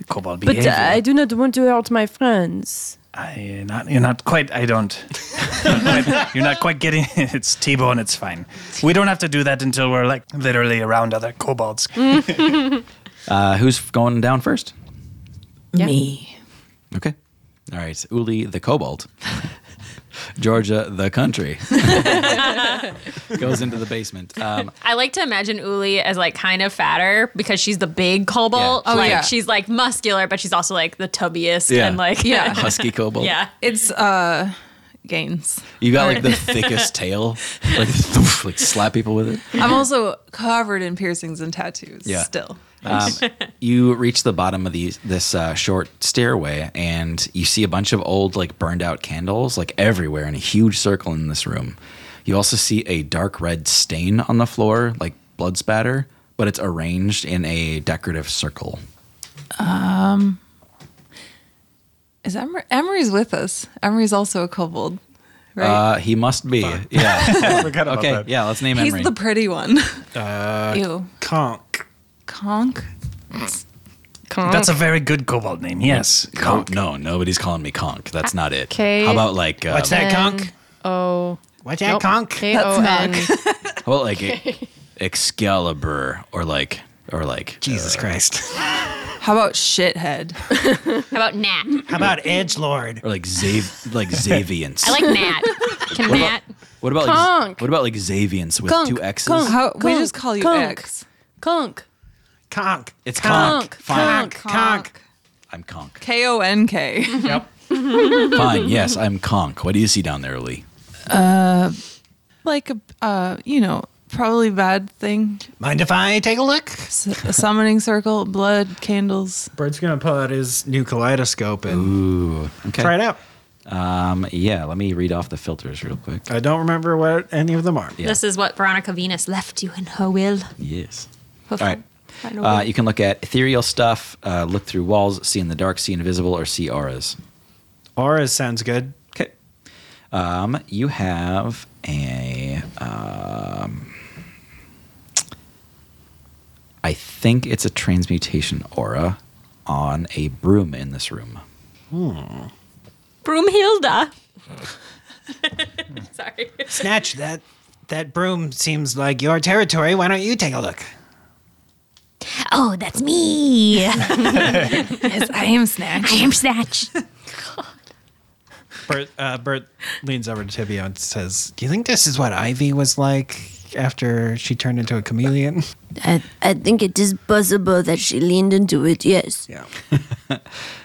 Speaker 6: cobalt
Speaker 21: But
Speaker 6: behavior.
Speaker 21: I do not want to hurt my friends.
Speaker 6: I, not, you're not quite. I don't. you're, not quite, you're not quite getting. It's Tebow and it's fine. We don't have to do that until we're like literally around other kobolds.
Speaker 1: Uh, who's going down first?
Speaker 16: Me.
Speaker 1: Okay. All right. Uli the kobold. Georgia the country goes into the basement. Um,
Speaker 3: I like to imagine Uli as like kind of fatter because she's the big cobalt.
Speaker 1: Yeah. Oh,
Speaker 3: like
Speaker 1: yeah.
Speaker 3: she's like muscular, but she's also like the tubbiest and like
Speaker 1: husky kobold.
Speaker 3: yeah.
Speaker 2: It's uh gains.
Speaker 1: You got like the thickest tail, like, thump, like slap people with it.
Speaker 2: I'm also covered in piercings and tattoos
Speaker 1: Yeah.
Speaker 2: still.
Speaker 1: Um, you reach the bottom of these this uh, short stairway, and you see a bunch of old, like burned out candles, like everywhere in a huge circle in this room. You also see a dark red stain on the floor, like blood spatter, but it's arranged in a decorative circle.
Speaker 2: Um, is Emer- Emery's with us? Emery's also a kobold, right?
Speaker 1: Uh, he must be. Yeah.
Speaker 2: Forgot about
Speaker 1: okay.
Speaker 2: that.
Speaker 1: Yeah. Let's name
Speaker 2: He's
Speaker 1: Emery.
Speaker 2: the pretty one.
Speaker 6: Uh,
Speaker 2: Ew.
Speaker 4: Conk.
Speaker 2: Conk.
Speaker 6: That's a very good kobold name. Yes.
Speaker 1: Conk. No, nobody's calling me Conk. That's not it.
Speaker 16: Okay.
Speaker 1: How about like uh,
Speaker 16: Oh.
Speaker 4: What's
Speaker 16: that, conk? That's conk.
Speaker 1: How about like e- Excalibur or like or like Jesus
Speaker 4: Christ.
Speaker 2: How about shithead?
Speaker 3: How about Nat?
Speaker 4: How about Edge Lord?
Speaker 1: Or like Zav like Xavians.
Speaker 3: I like Nat. Can
Speaker 1: What
Speaker 3: Nat?
Speaker 1: about, what about
Speaker 3: Conk.
Speaker 1: like what about like Xavians with two X's?
Speaker 2: How, we just call you
Speaker 16: conk,
Speaker 2: X.
Speaker 16: Conk.
Speaker 4: Conk.
Speaker 1: It's
Speaker 16: Conk.
Speaker 1: conk. Fine.
Speaker 16: Conk.
Speaker 2: Conk.
Speaker 1: I'm conk.
Speaker 2: K O N K.
Speaker 1: Yep. Fine. Yes, I'm conk. What do you see down there, Lee?
Speaker 2: Uh, like a uh, you know, probably bad thing.
Speaker 4: Mind if I take a look?
Speaker 2: S- summoning circle, blood, candles.
Speaker 4: Bert's gonna pull out his new kaleidoscope and
Speaker 1: Ooh. Okay.
Speaker 4: try it out.
Speaker 1: Um, yeah. Let me read off the filters real quick.
Speaker 4: I don't remember what any of them are.
Speaker 3: This is what Veronica Venus left you in her will.
Speaker 1: Yes.
Speaker 3: Hoof-
Speaker 1: All right.
Speaker 3: I know
Speaker 1: Uh,
Speaker 3: what-
Speaker 1: you can look at ethereal stuff, uh, look through walls, see in the dark, see invisible, or see auras.
Speaker 4: Auras sounds good.
Speaker 1: Okay. Um, you have a. Um, I think it's a transmutation aura on a broom in this room.
Speaker 4: Hmm.
Speaker 3: Broomhilda. Sorry.
Speaker 4: Snatch that that broom seems like your territory. Why don't you take a look?
Speaker 20: Oh, that's me. yes,
Speaker 2: I am Snatch.
Speaker 20: I am Snatch.
Speaker 4: Bert, uh, Bert leans over to Tibio and says, Do you think this is what Ivy was like after she turned into a chameleon?
Speaker 22: I, I think it is possible that she leaned into it, yes. Yeah.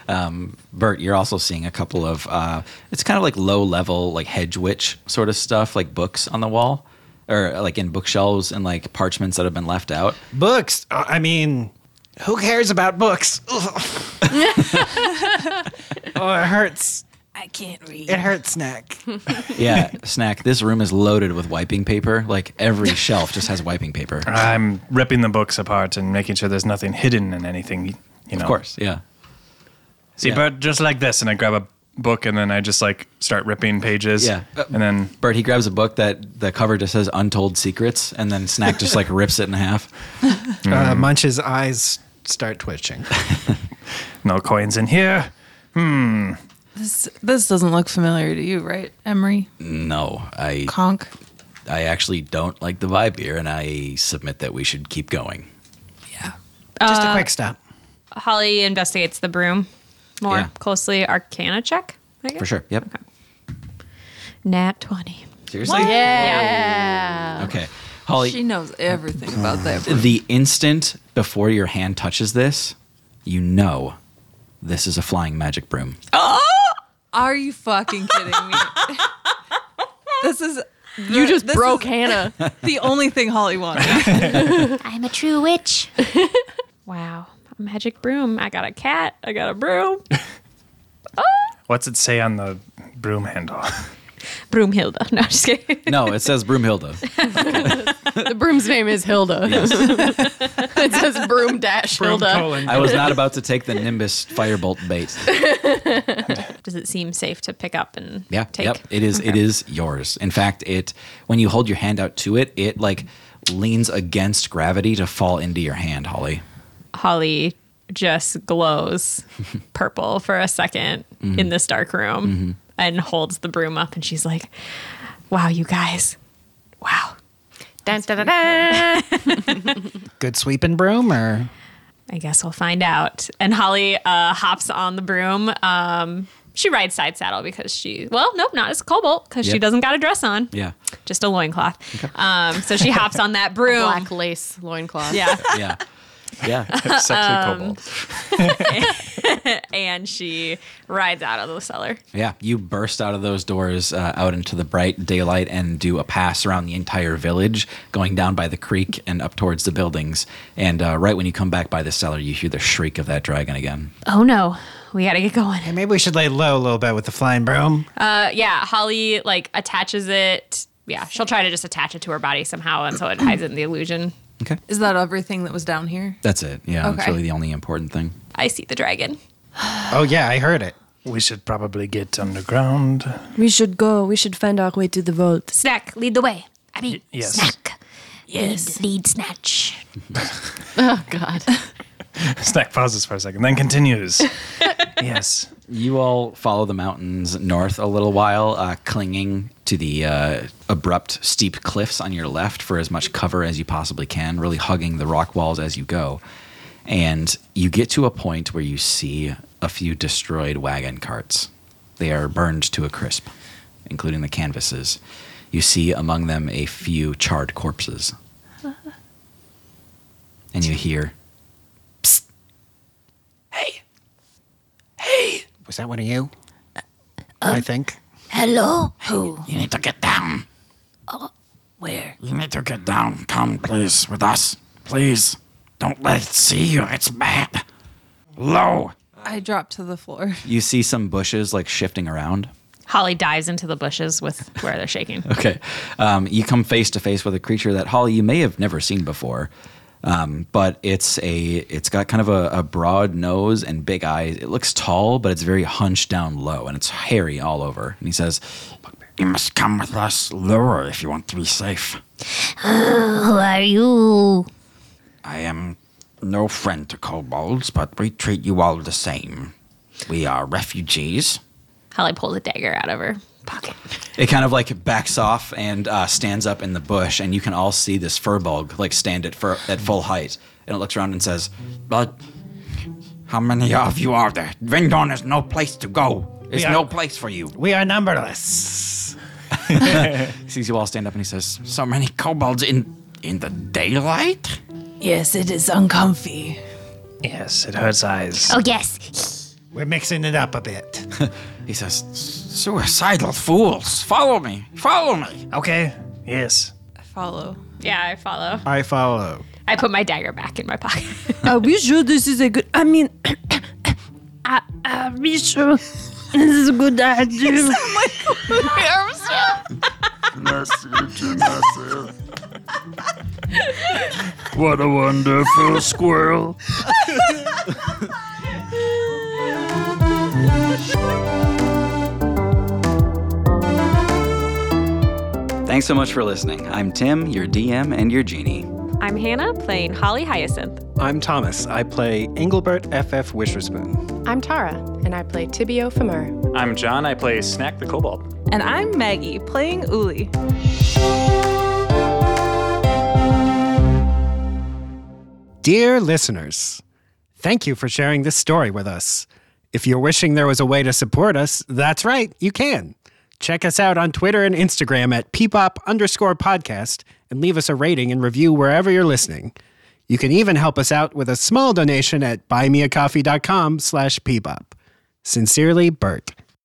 Speaker 1: Um, Bert, you're also seeing a couple of uh, it's kind of like low level like hedge witch sort of stuff, like books on the wall or like in bookshelves and like parchments that have been left out.
Speaker 4: Books. Uh, I mean, who cares about books? Ugh. oh, it hurts.
Speaker 22: I can't read.
Speaker 4: It hurts, Snack.
Speaker 1: Mm. Yeah, snack. This room is loaded with wiping paper. Like every shelf just has wiping paper.
Speaker 6: I'm ripping the books apart and making sure there's nothing hidden in anything. You know.
Speaker 1: Of course, yeah.
Speaker 6: See,
Speaker 1: Yeah.
Speaker 6: Bert, just like this, and I grab a book and then I just like start ripping pages.
Speaker 1: Yeah.
Speaker 6: And then
Speaker 1: Bert, he grabs a book that the cover just says "Untold Secrets," and then Snack just like rips it in half.
Speaker 4: Uh, Munch's eyes start twitching.
Speaker 6: no coins in here. Hmm.
Speaker 2: This this doesn't look familiar to you, right, Emery?
Speaker 1: No, I
Speaker 2: Conk.
Speaker 1: I actually don't like the vibe here, and I submit that we should keep going.
Speaker 4: Just a quick stop.
Speaker 3: Holly investigates the broom more
Speaker 1: Yeah.
Speaker 3: closely. Arcana check, I guess.
Speaker 1: For sure. Yep.
Speaker 3: Nat 20.
Speaker 1: Seriously?
Speaker 3: Yeah.
Speaker 1: Okay. Holly,
Speaker 2: she knows everything about that.
Speaker 1: the instant before your hand touches this, you know this is a flying magic broom.
Speaker 2: Oh! Are you fucking kidding me? this is.
Speaker 16: You just
Speaker 2: this
Speaker 16: broke
Speaker 2: is
Speaker 16: Hannah.
Speaker 2: The only thing Holly wants.
Speaker 3: I'm a true witch. wow. A magic broom. I got a cat. I got a broom.
Speaker 6: What's it say on the broom handle?
Speaker 3: Broomhilda. No, I'm just kidding.
Speaker 1: No, it says Broomhilda.
Speaker 16: the broom's name is Hilda. it says broom dash Hilda.
Speaker 1: I was not about to take the Nimbus Firebolt bait.
Speaker 3: Does it seem safe to pick up and
Speaker 1: Yeah.
Speaker 3: take?
Speaker 1: Yep. It is it is yours. In fact, it when you hold your hand out to it, it like leans against gravity to fall into your hand, Holly.
Speaker 3: Holly just glows purple for a 2nd
Speaker 16: Mm-hmm.
Speaker 1: Mhm.
Speaker 3: in this dark room
Speaker 1: Mhm.
Speaker 3: and holds the broom up and she's like, Wow, you guys. Wow. Dun, dun, dun, dun.
Speaker 4: Good sweeping broom or?
Speaker 3: I guess we'll find out. And Holly uh, hops on the broom. Um, she rides side saddle because she, well, nope, not as a cobalt because she
Speaker 16: Yep.
Speaker 3: doesn't got a dress on,
Speaker 1: Yeah.
Speaker 3: just a loincloth. Um, so she hops on that broom.
Speaker 16: Black lace loincloth.
Speaker 3: Yeah.
Speaker 1: Yeah. Yeah.
Speaker 3: Sexy Um, and she rides out of the cellar.
Speaker 1: Yeah, you burst out of those doors uh, out into the bright daylight and do a pass around the entire village, going down by the creek and up towards the buildings. And uh, right when you come back by the cellar, you hear the shriek of that dragon again.
Speaker 3: Oh no, we gotta get going.
Speaker 4: Hey, maybe we should lay low a little bit with the flying broom.
Speaker 3: Uh, yeah, Holly like attaches it. Yeah, she'll try to just attach it to her body somehow, and so it hides in the illusion.
Speaker 1: Okay.
Speaker 2: Is that everything that was down here?
Speaker 1: That's it. Yeah, that's
Speaker 2: Okay.
Speaker 1: really the only important thing.
Speaker 3: I see the dragon.
Speaker 4: Oh yeah, I heard it.
Speaker 6: We should probably get underground.
Speaker 21: We should go. We should find our way to the vault.
Speaker 3: Snack, lead the way.
Speaker 20: I mean,
Speaker 6: yes.
Speaker 20: snack. Yes. Lead, lead snatch.
Speaker 16: Oh God.
Speaker 6: Snack pauses for a second, then continues. yes.
Speaker 1: You all follow the mountains north a little while, uh, clinging to the uh, abrupt, steep cliffs on your left for as much cover as you possibly can, really hugging the rock walls as you go. And you get to a point where you see a few destroyed wagon carts. They are burned to a crisp, including the canvases. You see among them a few charred corpses. And you hear,
Speaker 4: Hey, was that one of you? I think.
Speaker 20: Hello? Who?
Speaker 19: You need to get down.
Speaker 22: Uh,
Speaker 20: Where?
Speaker 19: You need to get down. Come, please, with us. Please. Don't let it see you. It's bad.
Speaker 1: Low!
Speaker 2: I dropped to the floor.
Speaker 1: You see some bushes like shifting around.
Speaker 3: Holly dives into the bushes with where they're shaking.
Speaker 1: Okay. Um, you come face to face with a creature that Holly you may have never seen before. Um, but it's a it's got kind of a, a broad nose and big eyes. It looks tall, but it's very hunched down low and it's hairy all over. And he says, You must come with us lower if you want to be safe.
Speaker 20: Oh, Who are you?
Speaker 19: I am no friend to kobolds, but we treat you all the same. We are refugees.
Speaker 3: Holly pulls a dagger out of her pocket.
Speaker 1: It kind of like backs off and uh, stands up in the bush, and you can all see this furbog like stand at fur- at full height. And it looks around and says,
Speaker 19: But how many of you are there? Vindorn is no place to go.
Speaker 1: It's
Speaker 23: are-
Speaker 1: no place for you.
Speaker 23: We are numberless.
Speaker 1: sees you all stand up and he says, "So many kobolds in in the daylight."
Speaker 15: Yes, it is uncomfy.
Speaker 6: Yes, it hurts eyes.
Speaker 24: Oh, yes.
Speaker 1: We're mixing it up a bit. he says, "Suicidal fools, follow me, follow me."
Speaker 6: Okay. Yes.
Speaker 15: Follow.
Speaker 3: Yeah, I follow.
Speaker 4: I follow.
Speaker 3: I put my dagger back in my pocket.
Speaker 10: Are we sure this is a good? I mean, are, are we sure this is a good idea?
Speaker 25: What a wonderful squirrel.
Speaker 23: Thanks so much for listening. I'm Tim, your DM and your genie.
Speaker 3: I'm Hannah playing Holly Hyacinth.
Speaker 26: I'm Thomas. I play Engelbert FF Wisherspoon.
Speaker 27: I'm Tara, and I play Tibio Femur.
Speaker 26: I'm John. I play Snack the Kobold.
Speaker 15: And I'm Maggie playing Uli.
Speaker 4: Dear listeners, thank you for sharing this story with us. If you're wishing there was a way to support us, that's right, you can. Check us out on Twitter and Instagram at peepop underscore podcast and leave us a rating and review wherever you're listening. You can even help us out with a small donation at buymeacoffee.com slash peepop. Sincerely, Bert.